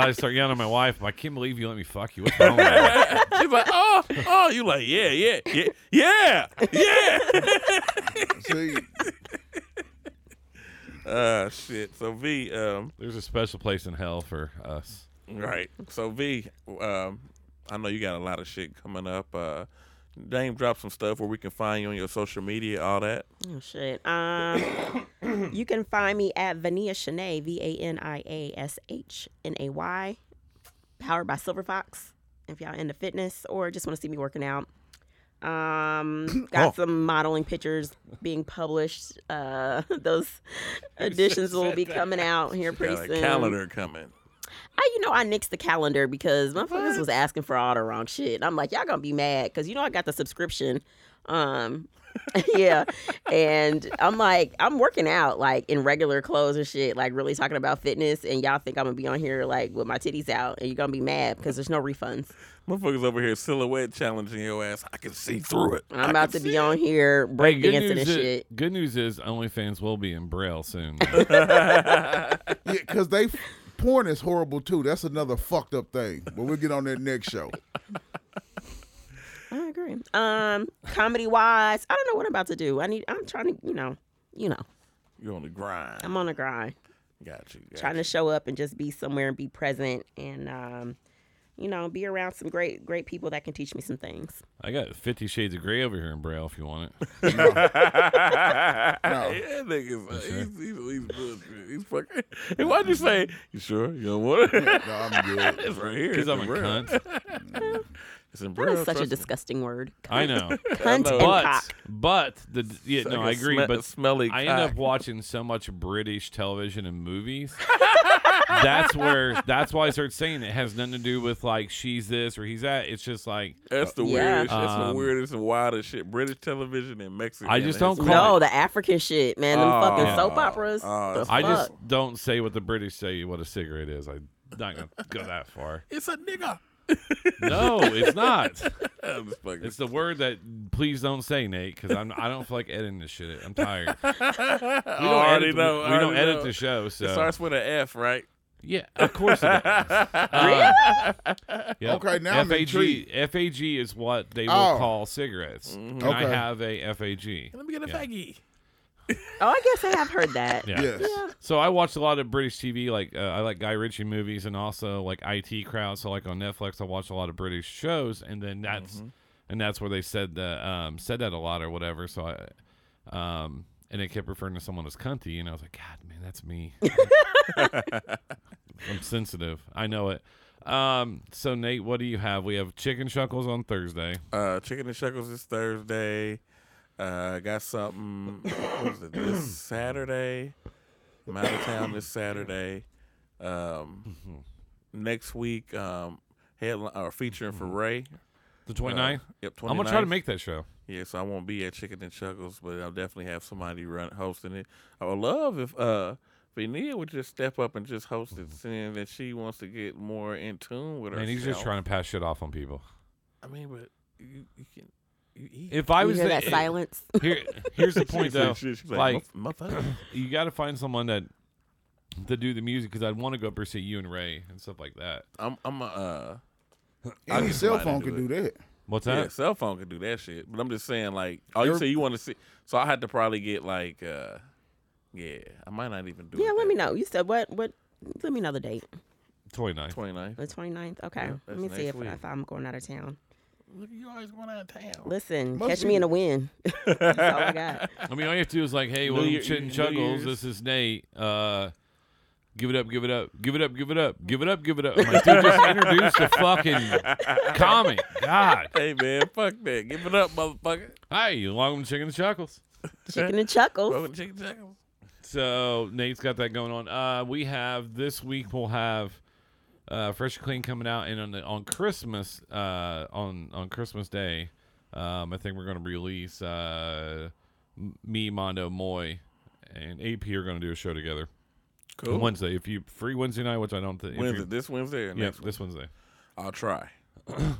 I start yelling at my wife. I can't believe you let me fuck you. What's wrong with you?
She's like, oh, oh. You like, yeah, yeah, yeah, [laughs] yeah, yeah.
See,
uh, shit. So V, um,
There's a special place in hell for us.
right. So V, um, I know you got a lot of shit coming up. Uh, name drop some stuff where we can find you on your social media, all that.
Oh shit. Um, you can find me at Vania Shanae, V A N I A S H N A Y, powered by Silver Fox. If y'all into fitness or just want to see me working out,
[laughs]
um,
Oh.
got some modeling pictures being published. Uh, [laughs] those editions will be coming out here pretty
Got a
soon.
calendar coming.
I, you know, I nixed the calendar because motherfuckers was asking for all the wrong shit. And I'm like, y'all gonna be mad because you know I got the subscription. Um, [laughs] yeah, and I'm like, I'm working out like in regular clothes and shit, like really talking about fitness. And y'all think I'm gonna be on here like with my titties out, and you're gonna be mad because there's no refunds.
Motherfuckers over here silhouette challenging your ass. I can see through it.
I'm about to be on here
Hey, good,
breakdancing
news
and
is,
shit.
good news is OnlyFans will be in Braille soon.
yeah, because they porn is horrible too. That's another fucked up thing. But we'll get on that next show.
I agree. Um, comedy wise, I don't know what I'm about to do. I need. I'm trying to, you know, you know,
You're on the grind.
I'm on a grind.
got you. Got
trying
you.
to show up and just be somewhere and be present and um, you know be around some great great people that can teach me some things
I got Fifty Shades of Grey over here in Braille if you want
[laughs]
it.
[laughs]
Yeah, niggas, uh, he's, he's, he's bullshit. He's fucking. [laughs] And why'd you say? You sure? You don't [laughs] want it?
No, I'm good.
it's right here.
Because
It's
I'm a
in Braille.
cunt.
It's in
that
Braille.
is such a
trust me.
disgusting word
I
[laughs]
know.
cunt
know.
and
But
cock
but the yeah,
It's
no,
like
I
a
agree.
sme- a
but
smelly
I end up
cock.
watching so much British television
[laughs]
and movies. that's where that's why I started saying it has nothing to do with like she's this or he's that. It's just like
That's the
Yeah.
weirdest. That's the
Um,
weirdest and wildest shit. British television and Mexican.
I just don't
It's
call
like-
no the african shit man them
Oh,
fucking
yeah.
soap operas
Oh,
The
it's-
I just
fuck?
don't say what the British say what a cigarette is. I'm not gonna go
[laughs]
that far.
It's a nigga.
No, it's not.
I'm just fucking-
It's the word that please don't say, Nate, because I'm I don't feel like editing this shit. I'm tired. We
[laughs] Oh, I [laughs]
don't
already
edit,
know.
We,
I
we don't
already
edit
know.
the show, so
It starts with an F, right?
yeah, of course. It
[laughs]
does. Uh, yeah.
Okay, now I'm
FAG
intrigued.
FAG is what they will
Oh.
call cigarettes. And I
Okay.
have a FAG.
Let me get a faggy.
oh i guess i have heard that
Yeah.
Yes.
[laughs] So I watch a lot of British TV. Like uh, I like Guy Ritchie movies and also like IT Crowd. So like on Netflix, I watch a lot of British shows, and then that's
Mm-hmm.
and that's where they said that um, said that a lot or whatever. So I um, and they kept referring to someone as cunty, and I was like, God, man, that's
[laughs]
me. I'm sensitive. I know it. Um, so Nate, what do you have? We have chicken shuckles on Thursday.
Uh, Chicken and Shekels is Thursday. Uh, got something. What is it?
[coughs]
This Saturday. I'm out of town this Saturday. Um, next week, um, headline or featuring for Ray.
The
Uh,
29th.
Yep, 29th.
Mm-hmm. I'm gonna try to make that show.
Yeah, so I won't be at Chicken and Chuckles, but I'll definitely have somebody run hosting it. I would love if uh Vania would just step up and just host it, seeing that she wants to get more in tune with herself.
And Mm-hmm. he's just trying to pass shit off on people.
I mean, but you, you can. You, he,
If I
you
was
hear
the-
that silence
here, here's the
[laughs]
point though.
She's- she's
Like,
"Mother- mother."
you got to find someone that to do the music because I'd want to go up there see you and Ray and stuff like that.
I'm, I'm a. Uh, I'll
Any
get
cell
somebody to
phone
do
can
it.
do that.
What's
yeah,
that?
cell phone could do that shit. But I'm just saying, like, oh, you
Every-
say you want to see, so I had to probably get like, uh yeah, I might not even do. it
yeah let
that
me
way.
know you said what what let me know the date
Toy knife.
29th.
The 29th? Okay.
Yeah,
Let
that's
me see
next
if,
week.
if I'm going out of town.
Look, you always going out of town.
Listen,
Must
catch
be-
me in a win. [laughs] That's all
[laughs]
I got.
I mean, all you have to do is like, hey,
New
well,
Year-
Chit and
New
Chuckles,
Year's.
this is Nate. Uh, give it up, give it up, give it up, give it up, give it up, give it up. I'm like,
[laughs]
dude, just introduce the fucking comic. God.
hey man, fuck that. Give it up, motherfucker.
Hi, welcome to Chicken and Chuckles.
Chicken and chuckles.
Broken chicken chuckles.
So Nate's got that going on. Uh, we have this week. We'll have uh, Fresh and Clean coming out, and on the, on Christmas uh, on on Christmas Day, um, I think we're going to release uh, M- me, Mondo, Moy, and AP are going to do a show together
Cool.
on Wednesday. If you free Wednesday night, which I don't think. if you-
Wednesday, this Wednesday or
Yeah,
next
this Wednesday.
I'll try.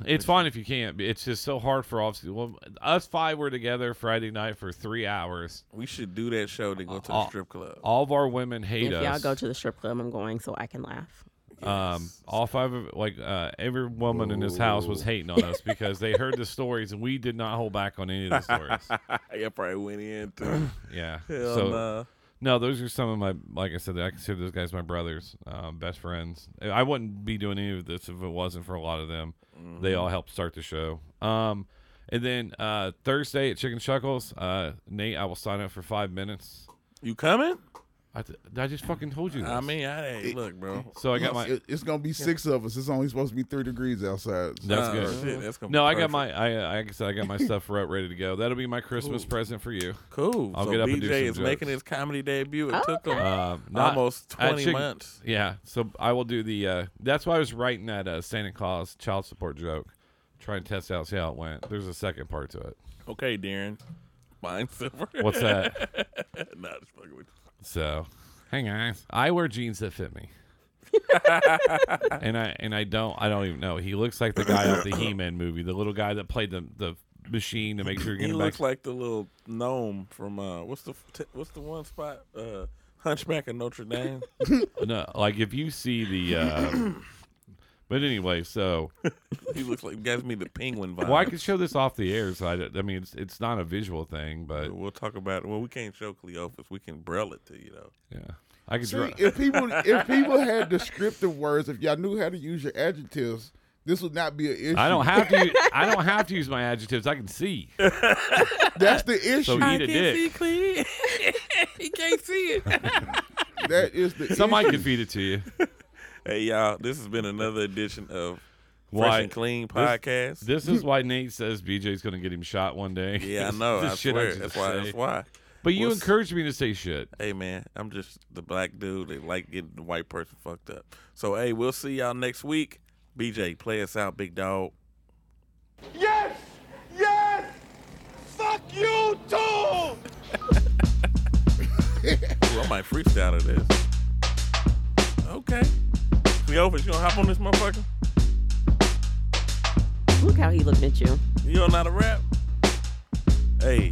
It's fine if you can't. but It's just so hard for off. Well, us five were together Friday night for three hours.
We should do that show to go to
Uh,
the strip club.
All of our women hate
If
us.
y'all go to the strip club, I'm going so I can laugh.
Um, all five of like uh, every woman in this house was hating on us because they heard the stories and we did not hold back on any of the
[laughs]
stories.
yeah, probably went in
[clears throat]
too.
Yeah.
Hell
so
nah.
no, those are some of my like I said, I consider those guys my brothers, um, best friends. I wouldn't be doing any of this if it wasn't for a lot of them. They
Mm-hmm.
all helped start the show. Um, and then uh, Thursday at Chicken Chuckles, uh, Nate, I will sign up for five minutes.
You coming?
I, th- I just fucking told you. This.
I mean, I ain't look, bro.
so I got my
It- it's gonna be six of us. It's only supposed to be three degrees outside. So
That's
Oh,
good.
shit, that's gonna
No,
be
I got
perfect.
my I I guess
[laughs]
I got my stuff re- ready to go. That'll be my Christmas present for you.
cool.
I'll
so
get up
BJ
and do
is
some
making
jokes.
his comedy debut. It took him
Um, not-
almost
I
twenty
should-
months.
Yeah, so I will do the. Uh, that's why I was writing that uh, Santa Claus child support joke, trying to test out see how it went. There's a second part to it.
Okay, Darren. Mine [laughs] silver.
What's
[laughs]
that?
nah, just fucking with you.
so, hang on. I wear jeans that
[laughs]
fit me. and I and I don't I don't even know. He looks like the guy
[coughs]
out the He-Man movie, the little guy that played the the machine to make sure you're
He
getting back.
looks like the little gnome from uh, what's the t- what's the one spot? Uh, Hunchback of Notre Dame. [laughs]
No, like if you see the. Uh, but anyway, so
he looks like gives me the penguin vibe.
well, I could show this off the air. So I, don't- I mean, it's it's not a visual thing, but
We'll talk about it. Well, we can't show Cleophas. We can braille it to you though.
yeah, I could.
See,
draw.
if people if people had descriptive words, if y'all knew how to use your adjectives, this would not be an issue.
I don't have to.
[laughs]
Use, I don't have to use my adjectives. I can see.
That's the issue.
So eat a dick.
Cle. he can't see it.
that is the
Somebody
issue.
could feed it to you.
Hey y'all, this has been another edition of
Why-
Fresh and Clean podcast.
This is why Nate says BJ's going to get him shot one day.
yeah, I know.
[laughs] This
I
shit
swear.
just
That's why.
say.
That's why.
But you
What's-
encouraged me to say shit.
Hey man, I'm just the black dude that like getting the white person fucked up. So hey, we'll see y'all next week. BJ, play us out, big dog.
[laughs] Yes! Yes! Fuck you too!
Ooh, I might freestyle to this. Okay. Cleophas, you gonna hop on this motherfucker?
Look how he looking at you.
You don't know how to rap? Hey.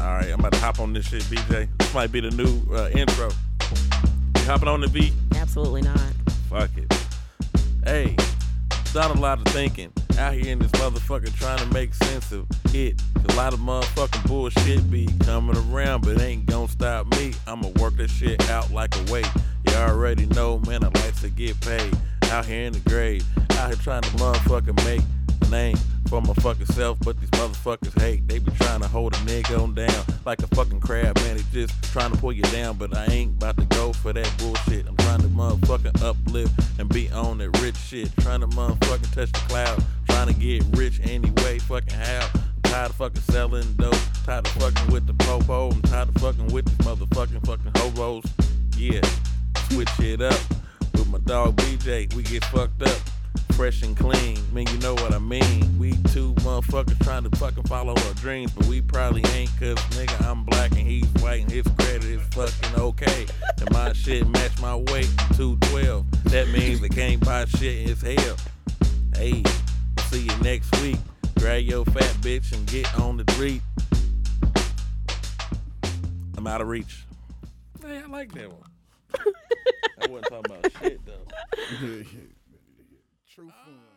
All right, I'm about to hop on this shit, BJ. This might be the new uh, intro. You hopping on the beat?
Absolutely not.
Fuck it. Hey, done a lot of thinking out here in this motherfucker trying to make sense of it. A lot of motherfucking bullshit be coming around, but it ain't gonna stop me. I'ma work that shit out like a weight. You already know, man, I like to get paid. Out here in the grave, out here trying to motherfucking make a name for my fucking self, but these motherfuckers hate. They be trying to hold a nigga on down like a fucking crab, man. They just trying to pull you down, but I ain't about to go for that bullshit. I'm trying to motherfucking uplift and be on that rich shit. Trying to motherfucking touch the cloud. Trying to get rich anyway, fucking how? I'm tired of fucking selling dope. Tired of fucking with the popo. I'm tired of fucking with these motherfucking fucking hobos. Yeah, switch it up with my dog BJ. We get fucked up fresh and clean. Man, you know what I mean. We two motherfuckers trying to fucking follow our dreams, but we probably ain't cause nigga, I'm black and he's white and his credit is fucking okay. And my shit match my weight, 212. That means they can't buy shit, it's hell. Hey, we'll see you next week. Grab your fat bitch and get on the street. I'm out of reach. Hey, I like that one. I wasn't talking about shit though.
[laughs] Truthful.